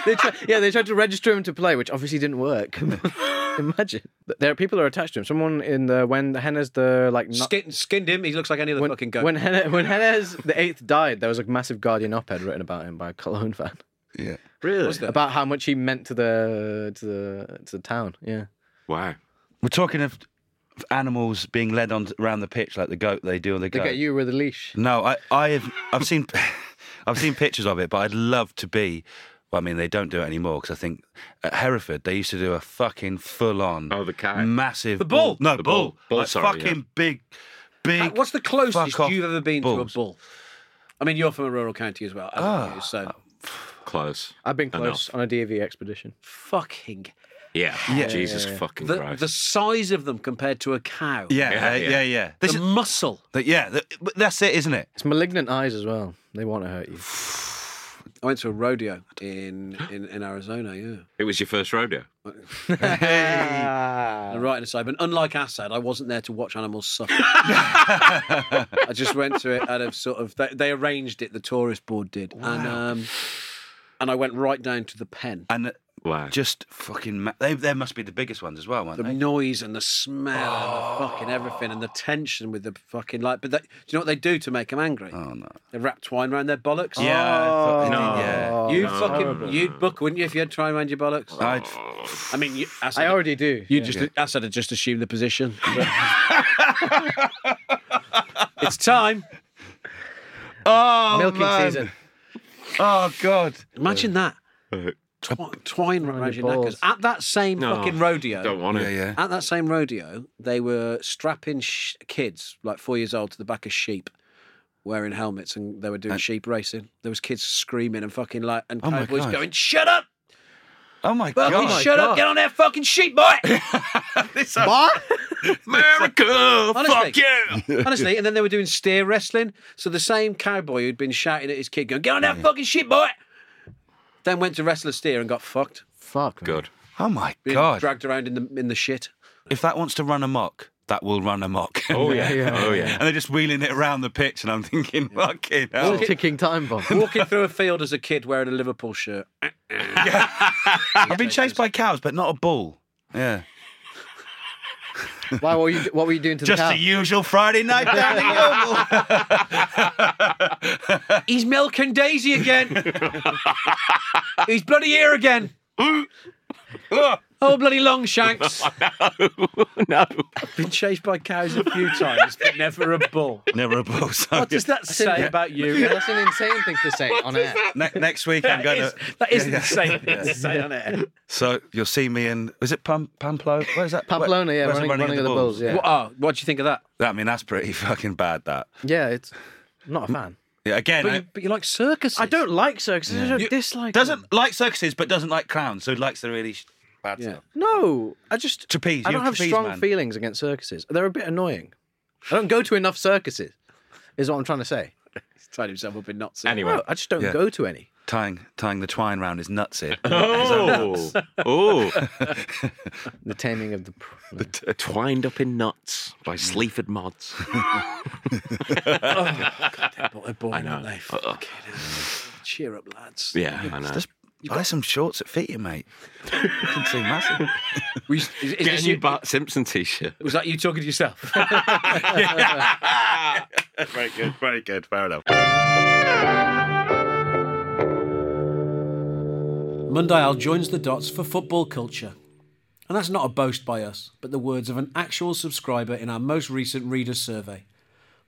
[SPEAKER 4] They try, yeah, they tried to register him to play, which obviously didn't work. Imagine there are people who are attached to him. Someone in the when Henna's the like not,
[SPEAKER 2] Skin, skinned him. He looks like any other
[SPEAKER 4] when
[SPEAKER 2] fucking goat.
[SPEAKER 4] when Henna, when Henna's the eighth died, there was a massive Guardian op-ed written about him by a Cologne fan
[SPEAKER 5] Yeah.
[SPEAKER 2] really?
[SPEAKER 4] about how much he meant to the to the to the town. Yeah.
[SPEAKER 1] Wow.
[SPEAKER 5] We're talking of of animals being led on around the pitch like the goat they do on the
[SPEAKER 4] They
[SPEAKER 5] goat.
[SPEAKER 4] get you with a leash.
[SPEAKER 5] No, I, I have, I've seen, I've seen pictures of it, but I'd love to be. Well, I mean, they don't do it anymore because I think at Hereford they used to do a fucking full-on,
[SPEAKER 1] Oh, the cow.
[SPEAKER 5] massive,
[SPEAKER 2] The bull.
[SPEAKER 5] no
[SPEAKER 1] The
[SPEAKER 5] bull,
[SPEAKER 1] bull. Bull,
[SPEAKER 5] Like,
[SPEAKER 1] sorry, yeah.
[SPEAKER 5] fucking big,
[SPEAKER 2] Uh,
[SPEAKER 5] big.
[SPEAKER 2] What's the closest
[SPEAKER 5] fuck off
[SPEAKER 2] you've ever been
[SPEAKER 5] bulls. Ah.
[SPEAKER 2] to a bull? I mean, you're from a rural county as well, aren't you? so
[SPEAKER 1] Close.
[SPEAKER 4] I've been
[SPEAKER 1] Enough.
[SPEAKER 4] close on a DV expedition.
[SPEAKER 2] fucking
[SPEAKER 1] Yeah. Oh, Jesus fucking
[SPEAKER 2] the,
[SPEAKER 1] Christ.
[SPEAKER 2] the size of them compared to a cow.
[SPEAKER 5] Yeah,
[SPEAKER 1] Yeah,
[SPEAKER 5] yeah,
[SPEAKER 1] yeah.
[SPEAKER 5] yeah, yeah.
[SPEAKER 2] the
[SPEAKER 5] This is,
[SPEAKER 2] muscle.
[SPEAKER 5] the, yeah, the, but that's it, isn't it?
[SPEAKER 4] It's malignant eyes as well. They want to hurt you.
[SPEAKER 2] I went to a rodeo in in, in Arizona. Yeah,
[SPEAKER 1] It was your first rodeo.
[SPEAKER 2] the right hand side. But unlike Assad, I wasn't there to watch animals suffer. I just went to it out of sort of they, they arranged it. The tourist board did, and um, and I went right down to the pen.
[SPEAKER 5] And
[SPEAKER 1] Wow.
[SPEAKER 5] just fucking, ma- they, they must be the biggest ones as well, weren't
[SPEAKER 2] The
[SPEAKER 5] they?
[SPEAKER 2] noise and the smell and the fucking everything and the
[SPEAKER 5] Oh.
[SPEAKER 2] tension with the fucking like. But that, do you know what they do to make them angry?
[SPEAKER 5] Oh no.
[SPEAKER 2] They wrap twine around their bollocks.
[SPEAKER 5] Yeah, I thought they did,
[SPEAKER 1] no.
[SPEAKER 5] yeah.
[SPEAKER 2] you
[SPEAKER 1] no.
[SPEAKER 2] fucking you'd book, wouldn't you, if you had twine around your bollocks?
[SPEAKER 5] I'd,
[SPEAKER 2] I mean, you, Assad,
[SPEAKER 4] I already do.
[SPEAKER 2] You
[SPEAKER 4] yeah.
[SPEAKER 2] just Assad had just assumed the position. it's time.
[SPEAKER 5] oh,
[SPEAKER 4] milking
[SPEAKER 5] man.
[SPEAKER 4] season.
[SPEAKER 5] Oh god.
[SPEAKER 2] Imagine that. Twi- twine around your
[SPEAKER 4] your
[SPEAKER 2] knackers.
[SPEAKER 4] balls.
[SPEAKER 2] At that same
[SPEAKER 1] No,
[SPEAKER 2] fucking rodeo.
[SPEAKER 1] Don't want it.
[SPEAKER 5] Yeah, yeah.
[SPEAKER 2] At that same rodeo, they were strapping sh- kids, like four years old, to the back of sheep, wearing helmets, and they were doing sheep racing. There was kids screaming and fucking like, and
[SPEAKER 5] Oh my
[SPEAKER 2] cowboys
[SPEAKER 5] God.
[SPEAKER 2] going, "Shut up,
[SPEAKER 5] Oh my
[SPEAKER 2] fucking
[SPEAKER 5] god.
[SPEAKER 2] shut up, get on that fucking sheep, boy!"
[SPEAKER 1] America, fuck
[SPEAKER 2] Honestly.
[SPEAKER 1] yeah!
[SPEAKER 2] Honestly, and then they were doing steer wrestling. So the same cowboy who'd been shouting at his kid, going, "Get on that fucking sheep, boy!" Then went to wrestle a steer and got fucked,
[SPEAKER 4] Fuck.
[SPEAKER 1] Good.
[SPEAKER 5] Oh my
[SPEAKER 2] being
[SPEAKER 5] god.
[SPEAKER 2] dragged around in the in the shit.
[SPEAKER 5] if that wants to run amok, that will run amok.
[SPEAKER 1] Oh yeah. Oh yeah.
[SPEAKER 5] and they're just wheeling it around the pitch, and I'm thinking, fucking hell.
[SPEAKER 4] It's a ticking time bomb.
[SPEAKER 2] Walking through a field as a kid wearing a Liverpool shirt.
[SPEAKER 5] I've been chased by cows, but not a bull. Yeah.
[SPEAKER 4] Why? What were you? What were you doing to
[SPEAKER 5] Just
[SPEAKER 4] the cow?
[SPEAKER 5] the usual Friday night down the Oval.
[SPEAKER 2] He's milking Daisy again. He's bloody here again. oh bloody Longshanks!
[SPEAKER 1] no.
[SPEAKER 2] Been chased by cows a few times, but never a bull.
[SPEAKER 5] Never a bull. So
[SPEAKER 2] What does that say about you?
[SPEAKER 4] That's an insane thing to say on air.
[SPEAKER 5] ne- next week I'm
[SPEAKER 2] That
[SPEAKER 5] going
[SPEAKER 2] is,
[SPEAKER 5] to.
[SPEAKER 2] that is insane thing to say on it.
[SPEAKER 5] So you'll see me in. Is it Pam, Pamplo? Where's that?
[SPEAKER 4] Pamplona, yeah,
[SPEAKER 5] where's the
[SPEAKER 4] running, running of the bulls. yeah,
[SPEAKER 2] What, oh, what do you think of that?
[SPEAKER 5] I mean, that's pretty fucking bad. That.
[SPEAKER 4] yeah, it's I'm not a fan.
[SPEAKER 5] Yeah, again,
[SPEAKER 2] But
[SPEAKER 5] I-
[SPEAKER 2] you, but you like circuses.
[SPEAKER 4] I don't like circuses. I don't dislike. them.
[SPEAKER 5] doesn't like circuses, but doesn't like clowns. So likes the really sh- bad
[SPEAKER 2] Yeah.
[SPEAKER 5] stuff.
[SPEAKER 4] No, I just
[SPEAKER 5] Trapeze,
[SPEAKER 4] I
[SPEAKER 5] you're
[SPEAKER 4] don't
[SPEAKER 5] a
[SPEAKER 4] have
[SPEAKER 5] trapeze
[SPEAKER 4] strong
[SPEAKER 5] man.
[SPEAKER 4] feelings against circuses. They're a bit annoying. I don't go to enough circuses. Is what I'm trying to say.
[SPEAKER 2] He's tied himself up in knots.
[SPEAKER 1] Anyway.
[SPEAKER 4] No, I just don't
[SPEAKER 5] Yeah.
[SPEAKER 4] go to any.
[SPEAKER 5] Tying tying the twine round his nuts here.
[SPEAKER 1] Oh. oh.
[SPEAKER 4] The taming of the. pr- no.
[SPEAKER 1] Twined up in nuts by Sleaford Mods.
[SPEAKER 2] They're boring,
[SPEAKER 1] know. Uh,
[SPEAKER 2] aren't they? Fucking hell. Cheer up, lads.
[SPEAKER 1] Yeah, I know.
[SPEAKER 5] Just buy some shorts that fit you, mate. Fucking too massive.
[SPEAKER 2] We- is- is
[SPEAKER 1] Get
[SPEAKER 2] this
[SPEAKER 1] a new
[SPEAKER 2] you-
[SPEAKER 1] Bart Simpson t-shirt.
[SPEAKER 2] was that you talking to yourself?
[SPEAKER 5] Very good, very good, fair enough.
[SPEAKER 6] Mundial joins the dots for football culture. And that's not a boast by us, but the words of an actual subscriber in our most recent reader survey.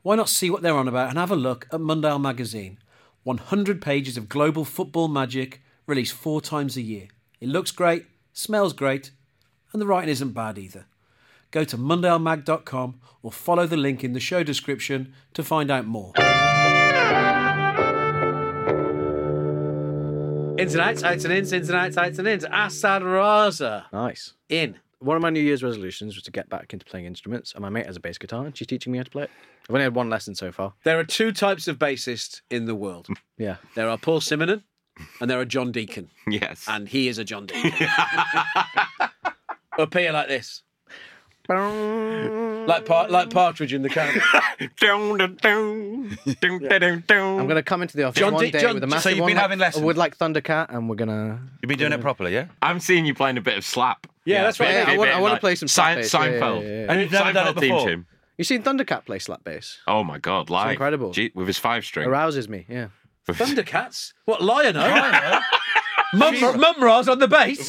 [SPEAKER 6] Why not see what they're on about and have a look at Mundial magazine? 100 pages of global football magic released four times a year. It looks great, smells great, and the writing isn't bad either. Go to mundialmag.com or follow the link in the show description to find out more.
[SPEAKER 2] Ins and outs, outs and ins, ins and outs, outs and ins. Assad Raza
[SPEAKER 4] Nice.
[SPEAKER 2] in.
[SPEAKER 4] One of my New Year's resolutions was to get back into playing instruments, and my mate has a bass guitar, and she's teaching me how to play it. I've only had one lesson so far.
[SPEAKER 2] There are two types of bassists in the world.
[SPEAKER 4] Yeah.
[SPEAKER 2] There are Paul Simonon and there are John Deacon.
[SPEAKER 1] Yes.
[SPEAKER 2] And he is a John Deacon. Up here like this. Like par- like partridge in the can.
[SPEAKER 1] Dun, dun, dun. Dun, dun, dun, dun.
[SPEAKER 4] I'm gonna come into the office
[SPEAKER 2] John
[SPEAKER 4] one
[SPEAKER 2] did-
[SPEAKER 4] day
[SPEAKER 2] John-
[SPEAKER 4] with a
[SPEAKER 2] so
[SPEAKER 4] massive
[SPEAKER 5] you've
[SPEAKER 4] one
[SPEAKER 5] been
[SPEAKER 4] like,
[SPEAKER 5] having lessons?
[SPEAKER 4] would like Thundercat, and we're gonna.
[SPEAKER 5] You've been doing it properly, yeah?
[SPEAKER 1] I'm seeing you playing a bit of slap.
[SPEAKER 2] Yeah, that's right.
[SPEAKER 4] Yeah, I
[SPEAKER 1] Bit-
[SPEAKER 4] wanna-
[SPEAKER 1] bit
[SPEAKER 4] I wanna
[SPEAKER 1] like
[SPEAKER 4] play some
[SPEAKER 1] Se-
[SPEAKER 4] slap bass. Yeah, yeah,
[SPEAKER 1] Seinfeld.
[SPEAKER 4] yeah, yeah.
[SPEAKER 5] And you've never done it
[SPEAKER 1] Seinfeld theme
[SPEAKER 5] before?
[SPEAKER 1] tune.
[SPEAKER 4] You seen Thundercat play slap bass?
[SPEAKER 1] Oh my god, live!
[SPEAKER 4] incredible.
[SPEAKER 1] Gee, with his five string.
[SPEAKER 4] Arouses me. Yeah.
[SPEAKER 2] Thundercats? What, Lionel? Mum, Mumra's on the bass.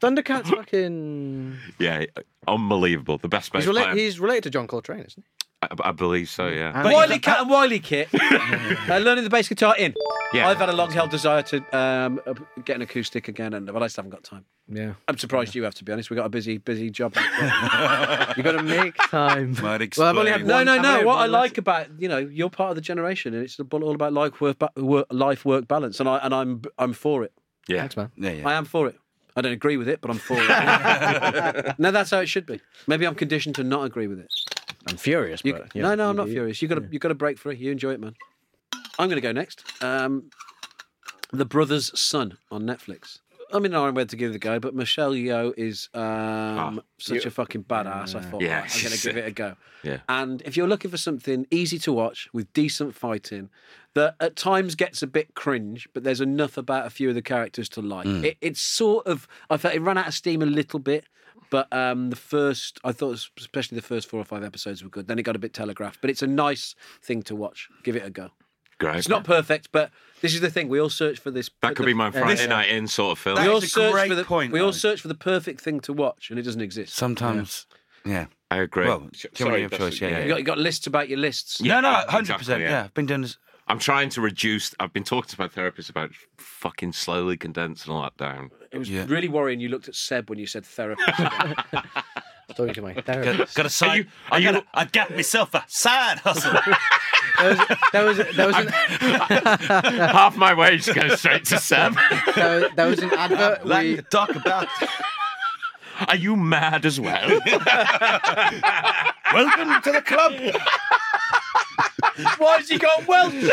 [SPEAKER 4] Thundercat's fucking.
[SPEAKER 1] Yeah, unbelievable. The best bass
[SPEAKER 4] He's, rela-
[SPEAKER 1] player.
[SPEAKER 4] he's related to John Coltrane, isn't he?
[SPEAKER 1] I, I believe so. Yeah.
[SPEAKER 4] And-
[SPEAKER 2] Wiley Cat and Wiley Kit. uh, learning the bass guitar in.
[SPEAKER 1] Yeah.
[SPEAKER 2] I've had a long held desire to um, uh, get an acoustic again, and but I just haven't got time.
[SPEAKER 4] yeah.
[SPEAKER 2] I'm surprised you have, to be honest. We've got a busy, busy job.
[SPEAKER 4] You got to make time.
[SPEAKER 5] Might
[SPEAKER 4] well, I've only had
[SPEAKER 5] explain.
[SPEAKER 2] No,
[SPEAKER 4] one-
[SPEAKER 2] no,
[SPEAKER 4] I've
[SPEAKER 2] no.
[SPEAKER 4] only had
[SPEAKER 2] What
[SPEAKER 4] one
[SPEAKER 2] I
[SPEAKER 4] lesson.
[SPEAKER 2] like about you know you're part of the generation, and it's all all about life work, ba- work life work balance, and I and I'm I'm for it.
[SPEAKER 1] Yeah.
[SPEAKER 4] Thanks, man.
[SPEAKER 5] Yeah, yeah.
[SPEAKER 2] I am for it. I don't agree with it, but I'm for it. no, that's how it should be. Maybe I'm conditioned to not agree with it.
[SPEAKER 4] I'm furious,
[SPEAKER 2] You-
[SPEAKER 4] but yeah.
[SPEAKER 2] no, no, I'm
[SPEAKER 4] You-
[SPEAKER 2] not
[SPEAKER 4] you-
[SPEAKER 2] furious. You got to you got a break for it. You enjoy it, man. I'm going to go next. Um, the Brother's Son on Netflix. I'm in iron where to give the go, but Michelle Yeoh is um, such a fucking badass. I thought,
[SPEAKER 1] Yeah,
[SPEAKER 2] right, I'm going to
[SPEAKER 1] she's
[SPEAKER 2] give
[SPEAKER 1] sick.
[SPEAKER 2] it a go.
[SPEAKER 1] Yeah.
[SPEAKER 2] And if you're looking for something easy to watch with decent fighting, that at times gets a bit cringe, but there's enough about a few of the characters to like. It, it's sort of I felt it ran out of steam a little bit. But um, the first, I thought, especially the first four or five episodes were good. Then it got a bit telegraphed, but it's a nice thing to watch. Give it a go.
[SPEAKER 1] Great.
[SPEAKER 2] It's not perfect, but this is the thing. We all search for this.
[SPEAKER 1] that could be my
[SPEAKER 2] the-
[SPEAKER 1] Friday
[SPEAKER 2] this-
[SPEAKER 1] night in sort of film.
[SPEAKER 5] That
[SPEAKER 2] we all
[SPEAKER 5] is a
[SPEAKER 2] search
[SPEAKER 5] great
[SPEAKER 2] for the
[SPEAKER 5] point,
[SPEAKER 2] we all
[SPEAKER 5] Alex.
[SPEAKER 2] search for the perfect thing to watch, and it doesn't exist.
[SPEAKER 5] Sometimes, yeah.
[SPEAKER 1] I agree.
[SPEAKER 5] Well,
[SPEAKER 1] S-
[SPEAKER 5] too many
[SPEAKER 1] sorry,
[SPEAKER 5] of
[SPEAKER 1] that's-
[SPEAKER 5] choice, yeah,
[SPEAKER 2] You got, you got lists about your lists.
[SPEAKER 1] Yeah,
[SPEAKER 5] no, no,
[SPEAKER 1] exactly,
[SPEAKER 5] hundred percent.
[SPEAKER 1] yeah.
[SPEAKER 5] Yeah, I've been doing this.
[SPEAKER 1] I'm trying to reduce. I've been talking to my therapist about fucking slowly condensing all that down.
[SPEAKER 2] It was
[SPEAKER 5] Yeah.
[SPEAKER 2] really worrying. You looked at Seb when you said therapist.
[SPEAKER 4] Talking to my
[SPEAKER 5] Got,
[SPEAKER 4] therapist.
[SPEAKER 5] got a side.
[SPEAKER 1] you-
[SPEAKER 5] I,
[SPEAKER 1] are
[SPEAKER 5] got
[SPEAKER 1] you-
[SPEAKER 5] a- I got myself a side hustle.
[SPEAKER 4] There was, there was, there was, an,
[SPEAKER 1] Half my wage goes straight to Sam.
[SPEAKER 4] there was, there was an advert.
[SPEAKER 5] Let
[SPEAKER 4] we-
[SPEAKER 5] me talk about.
[SPEAKER 1] Are you mad as well?
[SPEAKER 5] Welcome to the club.
[SPEAKER 2] Why has he got Welsh?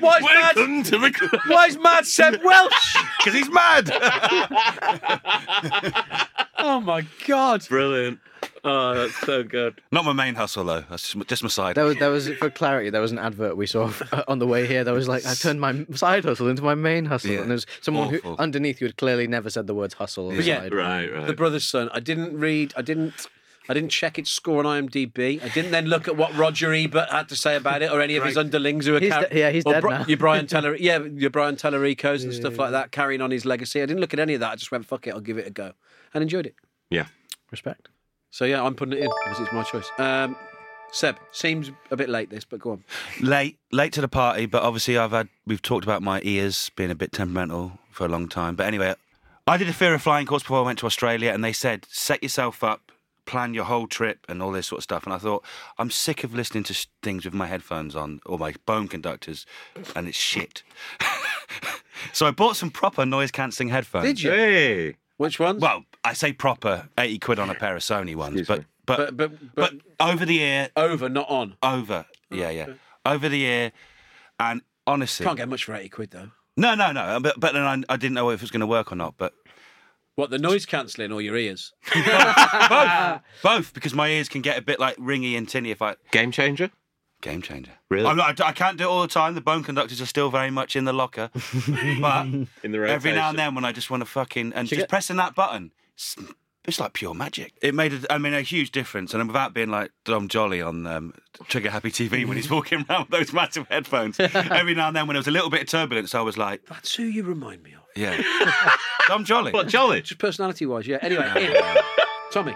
[SPEAKER 2] Why is mad?
[SPEAKER 1] Welcome to the club.
[SPEAKER 2] Why is mad Seb Welsh?
[SPEAKER 5] Because he's mad.
[SPEAKER 2] Oh my god!
[SPEAKER 1] Brilliant. Oh, that's so good.
[SPEAKER 5] Not my main hustle though. That's just, my- just my side.
[SPEAKER 4] There was, there was, for clarity, there was an advert we saw on the way here that was like, I turned my side hustle into my main hustle.
[SPEAKER 5] Yeah.
[SPEAKER 4] And there's someone who,
[SPEAKER 5] Awful.
[SPEAKER 4] underneath, who had clearly never said the words hustle. or
[SPEAKER 2] Yeah.
[SPEAKER 4] side.
[SPEAKER 1] Right, right.
[SPEAKER 2] The brother's son. I didn't read. I didn't. I didn't check its score on IMDb. I didn't then look at what Roger Ebert had to say about it, or any of his underlings who are
[SPEAKER 4] He's
[SPEAKER 2] car-
[SPEAKER 4] de- yeah, he's
[SPEAKER 2] or
[SPEAKER 4] dead now.
[SPEAKER 2] Your Brian Teller, yeah, your Brian Tellericos and stuff like that, carrying on his legacy. I didn't look at any of that. I just went, fuck it, I'll give it a go, and enjoyed it.
[SPEAKER 1] yeah.
[SPEAKER 4] Respect.
[SPEAKER 2] So yeah, I'm putting it in because it's my choice. Um, Seb seems a bit late this, but go on.
[SPEAKER 5] late, late to the party. But obviously, I've had. We've talked about my ears being a bit temperamental for a long time. But anyway, I did a fear of flying course before I went to Australia, and they said set yourself up, plan your whole trip, and all this sort of stuff. And I thought I'm sick of listening to s- things with my headphones on or my bone conductors, and it's shit. so I bought some proper noise cancelling headphones.
[SPEAKER 2] Did you?
[SPEAKER 1] Hey.
[SPEAKER 2] Which ones?
[SPEAKER 5] Well, I say proper eighty quid on a pair of Sony ones,
[SPEAKER 1] Excuse
[SPEAKER 5] but
[SPEAKER 1] me.
[SPEAKER 5] but,
[SPEAKER 2] but,
[SPEAKER 5] but
[SPEAKER 2] but
[SPEAKER 5] but over the ear,
[SPEAKER 2] over, not on.
[SPEAKER 5] over, yeah, yeah, over the ear, and honestly,
[SPEAKER 2] Can't get much for eighty quid though.
[SPEAKER 5] no, no, no. But but then I, I didn't know if it was going to work or not. But
[SPEAKER 2] What the noise cancelling or your ears?
[SPEAKER 5] both, both, because my ears can get a bit like ringy and tinny if I
[SPEAKER 1] Game changer?
[SPEAKER 5] game changer.
[SPEAKER 1] Really?
[SPEAKER 5] I'm not, I can't do it all the time. The bone conductors are still very much in the locker, but
[SPEAKER 1] In the
[SPEAKER 5] every now and then when I just want to fucking and just pressing that button, it's, it's like pure magic. It made a, I mean a huge difference, and without being like Dom Jolly on um, Trigger Happy TV when he's walking around with those massive headphones. every now and then when there was a little bit of turbulence, I was like,
[SPEAKER 2] That's who you remind me of.
[SPEAKER 5] yeah, Dom Jolly.
[SPEAKER 1] What, Jolly?
[SPEAKER 2] Just personality wise, yeah. Anyway, in. Tommy.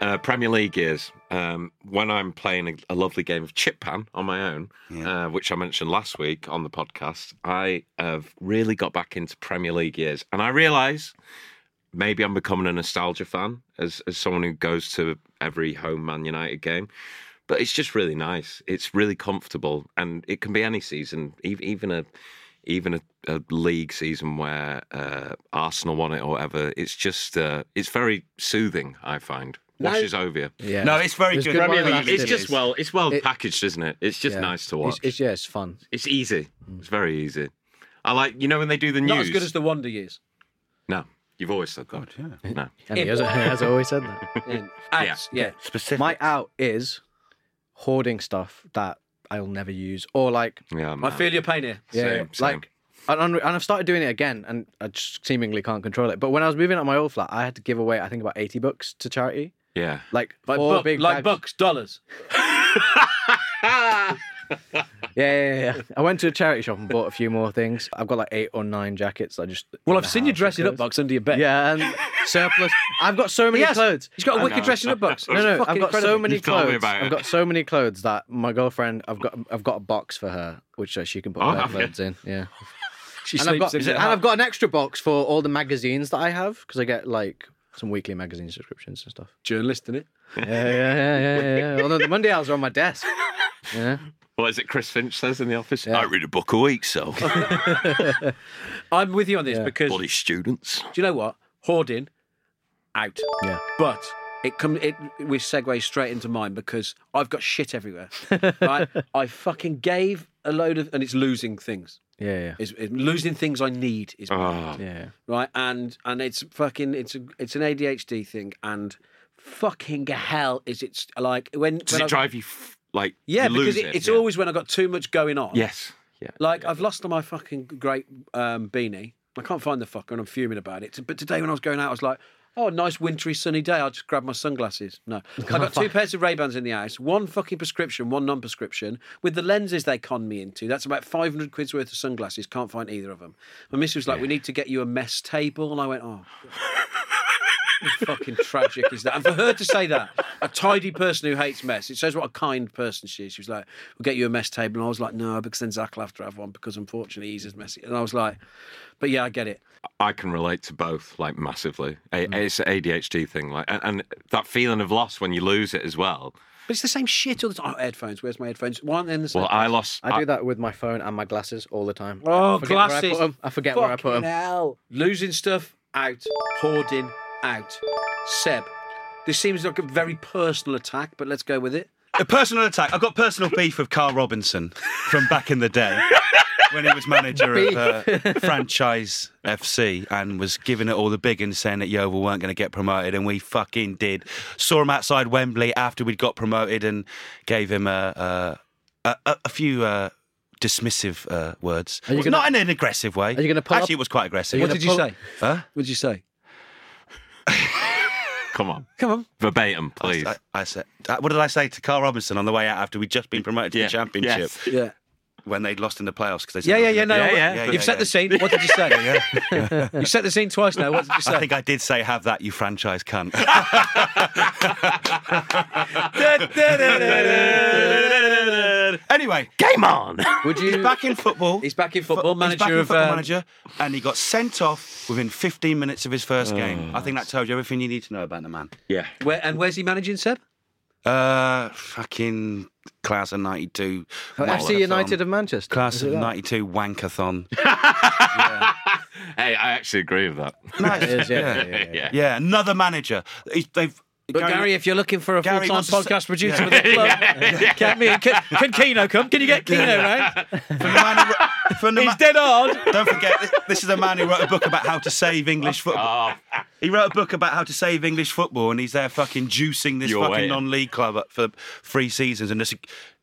[SPEAKER 1] uh, Premier League is um, when I'm playing a, a lovely game of chip pan on my own, uh, which I mentioned last week on the podcast. I have really got back into Premier League years, and I realise maybe I'm becoming a nostalgia fan as as someone who goes to every home Man United game. But it's just really nice. It's really comfortable, and it can be any season, ev- even a even a, a league season where uh, Arsenal won it or whatever. It's just uh, it's very soothing. I find washes over you.
[SPEAKER 4] Yeah.
[SPEAKER 5] No, it's very
[SPEAKER 4] It was
[SPEAKER 5] good.
[SPEAKER 4] while it
[SPEAKER 5] Premier League
[SPEAKER 4] lasted.
[SPEAKER 1] It's just well, it's well
[SPEAKER 4] It-
[SPEAKER 1] packaged, isn't it? It's just
[SPEAKER 4] Yeah.
[SPEAKER 1] nice to
[SPEAKER 4] It's-
[SPEAKER 1] watch.
[SPEAKER 4] it's- yeah, it's fun.
[SPEAKER 1] It's easy. It's very easy. I like you know when they do the news.
[SPEAKER 2] Mm. Not as good as the Wonder years.
[SPEAKER 1] no. You've always said that. No.
[SPEAKER 4] And he has, he has always said that.
[SPEAKER 2] In. Ads, yeah.
[SPEAKER 5] Specific.
[SPEAKER 4] My out is hoarding stuff that I'll never use, or like,
[SPEAKER 1] Yeah.
[SPEAKER 2] I feel your pain here.
[SPEAKER 4] yeah,
[SPEAKER 1] Same, same.
[SPEAKER 4] like, and, and I've started doing it again, and I just seemingly can't control it. But when I was moving out of my old flat, I had to give away, I think, about eighty bucks to charity,
[SPEAKER 1] Yeah.
[SPEAKER 4] like
[SPEAKER 2] Like,
[SPEAKER 4] four
[SPEAKER 2] buck,
[SPEAKER 4] big
[SPEAKER 2] like
[SPEAKER 4] bags.
[SPEAKER 2] bucks, dollars.
[SPEAKER 4] Yeah, yeah, yeah, yeah. I went to a charity shop and bought a few more things. I've got like eight or nine jackets. I just
[SPEAKER 2] Well,
[SPEAKER 4] in
[SPEAKER 2] I've
[SPEAKER 4] the
[SPEAKER 2] seen you
[SPEAKER 4] house
[SPEAKER 2] dressing up
[SPEAKER 4] because-
[SPEAKER 2] box under your bed.
[SPEAKER 4] Yeah, and surplus. I've got so many
[SPEAKER 2] Yes.
[SPEAKER 4] clothes.
[SPEAKER 2] He's got a
[SPEAKER 4] I-
[SPEAKER 2] wicked dressing up box.
[SPEAKER 4] No, no, I've got so many
[SPEAKER 1] You've told me
[SPEAKER 4] clothes.
[SPEAKER 1] about
[SPEAKER 4] I've
[SPEAKER 1] it.
[SPEAKER 4] got so many clothes that my girlfriend, I've got, I've got a box for her, which uh, she can put
[SPEAKER 1] Oh,
[SPEAKER 4] all her
[SPEAKER 1] have you?
[SPEAKER 4] clothes in. Yeah,
[SPEAKER 2] She
[SPEAKER 4] and I've
[SPEAKER 2] sleeps
[SPEAKER 4] got,
[SPEAKER 2] in it.
[SPEAKER 4] and I've got an extra box for all the magazines that I have because I get like some weekly magazine subscriptions and stuff.
[SPEAKER 2] journalist in it.
[SPEAKER 4] Yeah, yeah, yeah, yeah. yeah, yeah. Although the Monday hours are on my desk. Yeah,
[SPEAKER 1] What is it Chris Finch says in the office?
[SPEAKER 4] Yeah.
[SPEAKER 1] I read a book a week, so
[SPEAKER 2] I'm with you on this because
[SPEAKER 1] bloody students.
[SPEAKER 2] do you know what? Hoarding, out.
[SPEAKER 4] yeah.
[SPEAKER 2] But it come it we segue straight into mine because I've got shit everywhere. right? I fucking gave a load of and it's losing things.
[SPEAKER 4] Yeah, yeah.
[SPEAKER 2] Is, is losing things I need is
[SPEAKER 1] Oh,
[SPEAKER 4] Yeah.
[SPEAKER 2] right and and it's fucking it's a, it's an ADHD thing and fucking hell is it's like when,
[SPEAKER 1] does
[SPEAKER 2] when I-
[SPEAKER 1] it drive you f- like
[SPEAKER 2] yeah
[SPEAKER 1] you lose
[SPEAKER 2] because it,
[SPEAKER 1] it?
[SPEAKER 2] it's
[SPEAKER 1] Yeah.
[SPEAKER 2] always when I got too much going on
[SPEAKER 1] yes. Yeah.
[SPEAKER 2] like I've lost my fucking great um, beanie I can't find the fucker and I'm fuming about it but today when I was going out I was like oh nice wintry sunny day I'll just grab my sunglasses no I got two pairs of Ray-Bans in the house one fucking prescription one non-prescription with the lenses they conned me into that's about 500 quid's worth of sunglasses can't find either of them my missus was like we need to get you a mess table and I went oh fucking tragic is that? And for her to say that, a tidy person who hates mess, it shows what a kind person she is. She was like, We'll get you a mess table. And I was like, No, because then Zach will have to have one because unfortunately he's as messy. And I was like, But yeah, I get it.
[SPEAKER 1] I can relate to both, like massively. A- It's an ADHD thing, like, and, and that feeling of loss when you lose it as well.
[SPEAKER 2] But it's the same shit all the time. Oh, headphones. Where's my headphones? Why aren't they in the same?
[SPEAKER 1] Well, I lost.
[SPEAKER 4] I do that with my phone and my glasses all the time.
[SPEAKER 2] oh,
[SPEAKER 4] I forget where I put
[SPEAKER 2] glasses.
[SPEAKER 4] 'em. I forget where I put
[SPEAKER 2] Fucking
[SPEAKER 4] 'em.
[SPEAKER 2] Hell. Losing stuff out, hoarding out. Seb, this seems like a very personal attack, but let's go with it.
[SPEAKER 5] A personal attack. I've got personal beef with Carl Robinson from back in the day when he was manager of uh, Franchise FC and was giving it all the big and saying that Yeovil weren't going to get promoted, and we fucking did. Saw him outside Wembley after we'd got promoted and gave him a a, a, a few. Uh, Dismissive uh, words,
[SPEAKER 4] you gonna-
[SPEAKER 5] not in an aggressive way.
[SPEAKER 4] Are you gonna pull
[SPEAKER 5] Actually, it
[SPEAKER 4] up-
[SPEAKER 5] was quite aggressive.
[SPEAKER 2] What did you say?
[SPEAKER 5] Huh?
[SPEAKER 2] What did you say?
[SPEAKER 1] Come on,
[SPEAKER 2] Come on.
[SPEAKER 1] verbatim, please.
[SPEAKER 5] I, I said, uh, what did I say to Carl Robinson on the way out after we'd just been promoted to
[SPEAKER 1] Yeah.
[SPEAKER 5] the championship
[SPEAKER 1] Yes.
[SPEAKER 2] Yeah.
[SPEAKER 5] when they'd lost in the playoffs? Because they
[SPEAKER 2] Yeah,
[SPEAKER 5] said
[SPEAKER 2] yeah, yeah, no,
[SPEAKER 1] Yeah,
[SPEAKER 2] no,
[SPEAKER 1] yeah.
[SPEAKER 2] you've
[SPEAKER 1] Yeah,
[SPEAKER 5] yeah,
[SPEAKER 2] set
[SPEAKER 5] yeah.
[SPEAKER 2] the scene. What did you say? you set the scene twice now. What did you say?
[SPEAKER 5] I think I did say have that, you franchise cunt. anyway,
[SPEAKER 1] Game on.
[SPEAKER 4] Would you?
[SPEAKER 5] back in football.
[SPEAKER 2] He's back in football,
[SPEAKER 5] Fo-
[SPEAKER 2] manager
[SPEAKER 5] he's back in
[SPEAKER 2] of,
[SPEAKER 5] football
[SPEAKER 2] um,
[SPEAKER 5] manager, and he got sent off within 15 minutes of his first game. I think
[SPEAKER 2] Oh.
[SPEAKER 5] that tells you everything you need to know about the man.
[SPEAKER 1] yeah.
[SPEAKER 2] Where, and where's he managing, Seb?
[SPEAKER 5] Uh, fucking class of 92.
[SPEAKER 4] FC
[SPEAKER 5] wankathon.
[SPEAKER 4] United of Manchester.
[SPEAKER 5] Class of 92 wankathon.
[SPEAKER 1] Hey, I actually agree with that.
[SPEAKER 5] Nice.
[SPEAKER 4] is, yeah, yeah, yeah,
[SPEAKER 1] yeah.
[SPEAKER 5] Yeah, another manager. He's, they've.
[SPEAKER 2] But
[SPEAKER 5] going-
[SPEAKER 2] Gary, if you're looking for a
[SPEAKER 5] Gary
[SPEAKER 2] full-time
[SPEAKER 5] wants to
[SPEAKER 2] podcast
[SPEAKER 5] say-
[SPEAKER 2] producer with a club, get me. Can, can Keno come? Can you get Keno right?
[SPEAKER 5] for the man who- for the
[SPEAKER 2] He's
[SPEAKER 5] ma-
[SPEAKER 2] dead hard.
[SPEAKER 5] Don't forget, this, this is a man who wrote a book about how to save English football.
[SPEAKER 1] Ah.
[SPEAKER 5] He wrote a book about how to save English football, and he's there fucking juicing this
[SPEAKER 1] You're
[SPEAKER 5] fucking
[SPEAKER 1] waiting.
[SPEAKER 5] non-league club up for three seasons and just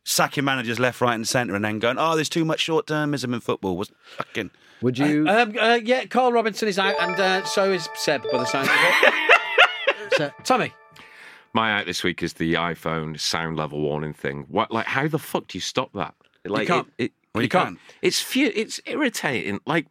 [SPEAKER 5] sacking managers left, right, and centre, and then going, "Oh, there's too much short-termism in football." Was fucking
[SPEAKER 4] Would you?
[SPEAKER 2] Um, uh, yeah, Carl Robinson is out, and uh, so is Seb, by the sound of it. So- Tommy,
[SPEAKER 1] My out this week is the iPhone sound level warning thing. What, like, how the fuck do you stop that? Like,
[SPEAKER 2] can't.
[SPEAKER 1] It, it,
[SPEAKER 5] Well, you can't.
[SPEAKER 1] It's few, It's irritating. Like,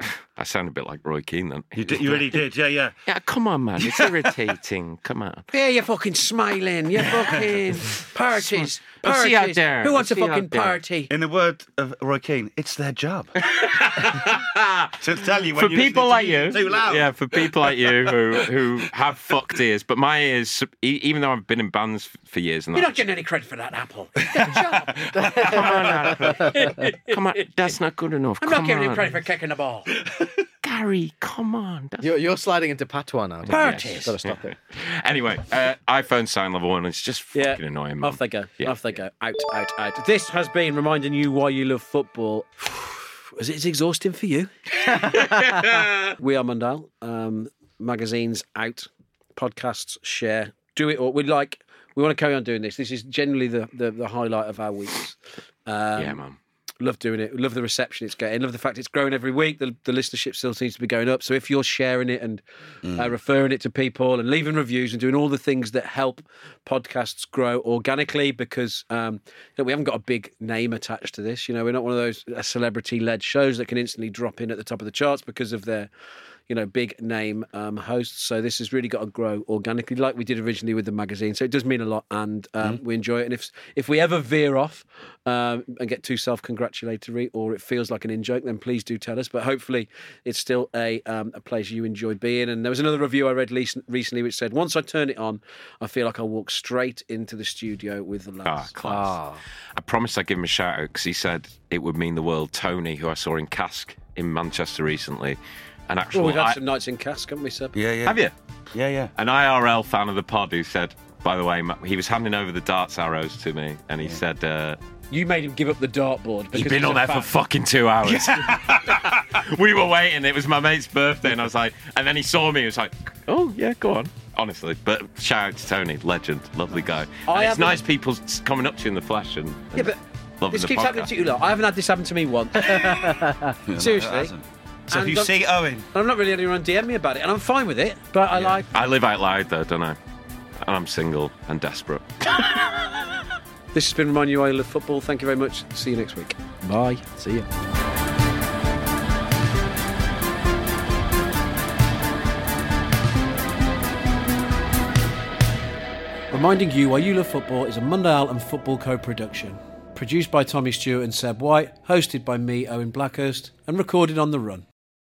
[SPEAKER 1] I sound a bit like Roy Keane then.
[SPEAKER 5] did, yeah, yeah.
[SPEAKER 1] Yeah, come on, man. It's irritating. come on.
[SPEAKER 2] yeah, you're fucking smiling. You're fucking parties.
[SPEAKER 1] I'll see you out
[SPEAKER 2] Parties.
[SPEAKER 1] there.
[SPEAKER 2] Who wants
[SPEAKER 1] I'll see
[SPEAKER 2] a
[SPEAKER 1] you out
[SPEAKER 2] fucking
[SPEAKER 1] there.
[SPEAKER 2] party?
[SPEAKER 5] In the word of Roy Keane, it's their job to tell you when
[SPEAKER 1] for
[SPEAKER 5] you're
[SPEAKER 1] people like
[SPEAKER 5] listening
[SPEAKER 1] you,
[SPEAKER 5] to- too loud.
[SPEAKER 1] yeah, for people like you who who have fucked ears. But my ears, e- even though I've been in bands f- for years, and
[SPEAKER 2] You're
[SPEAKER 1] that,
[SPEAKER 2] not getting any credit for that, Apple.
[SPEAKER 1] come on, Apple. come on, that's not good enough.
[SPEAKER 2] I'm
[SPEAKER 1] come
[SPEAKER 2] not giving
[SPEAKER 1] on.
[SPEAKER 2] you credit for kicking the ball.
[SPEAKER 1] Gary. Come on, that's
[SPEAKER 4] You're, you're sliding into patois now.
[SPEAKER 2] Parties.
[SPEAKER 4] Got to stop it.
[SPEAKER 1] Anyway, uh, iPhone sign level one is just fucking
[SPEAKER 2] Yeah.
[SPEAKER 1] annoying. Man.
[SPEAKER 2] Off they go.
[SPEAKER 1] Yeah.
[SPEAKER 2] Off they go. Out, out, out. This has been reminding you why you love football. Is it exhausting for you? we are Mundale. Um, magazines out. Podcasts share. Do it all. We like. We want to carry on doing this. This is generally the the, the highlight of our weeks. Um,
[SPEAKER 1] yeah, man.
[SPEAKER 2] uh, um, uh, um, um,
[SPEAKER 1] Ah, Mm.
[SPEAKER 2] um, lads."
[SPEAKER 1] Ah,
[SPEAKER 4] Ah.
[SPEAKER 1] class. I promised I'd give him a shout out because he said it would mean the world. Tony, who I saw in Cask in Manchester recently, an actual.
[SPEAKER 2] well, we've had
[SPEAKER 1] I-
[SPEAKER 2] some nights in cask, haven't we, Seb?
[SPEAKER 5] Yeah, yeah,
[SPEAKER 1] have you?
[SPEAKER 5] yeah, yeah.
[SPEAKER 1] An IRL fan of the pod who said, By the way, ma- he was handing over the darts arrows to me, and he said, uh,
[SPEAKER 2] You made him give up the dartboard. because
[SPEAKER 1] "You've been
[SPEAKER 2] he's
[SPEAKER 1] on
[SPEAKER 2] a
[SPEAKER 1] there for
[SPEAKER 2] fan.
[SPEAKER 1] fucking two hours." we were waiting. It was my mate's birthday, and I was like, and then he saw me. He was like, "Oh yeah, go on." Honestly, but shout out to Tony, legend, lovely guy. And
[SPEAKER 2] I
[SPEAKER 1] it's
[SPEAKER 2] haven't-
[SPEAKER 1] nice people s- coming up to you in the flesh and, and
[SPEAKER 2] Yeah, but
[SPEAKER 1] loving
[SPEAKER 2] this
[SPEAKER 1] the
[SPEAKER 2] keeps
[SPEAKER 1] podcast.
[SPEAKER 2] happening to you lot. I haven't had this happen to me once. Seriously.
[SPEAKER 5] hasn't.
[SPEAKER 2] So
[SPEAKER 5] If you see Owen,
[SPEAKER 2] I'm not really anyone DM me about it, and I'm fine with it. But I like.
[SPEAKER 1] I live out loud though, don't I? And I'm single and desperate.
[SPEAKER 2] This has been Remind You I Love Football. Thank you very much. See you next week.
[SPEAKER 4] Bye. See ya.
[SPEAKER 6] Reminding you why you love football is a Mundial and Football Co production. Produced by Tommy Stewart and Seb White, hosted by me, Owen Blackhurst, and recorded on the run.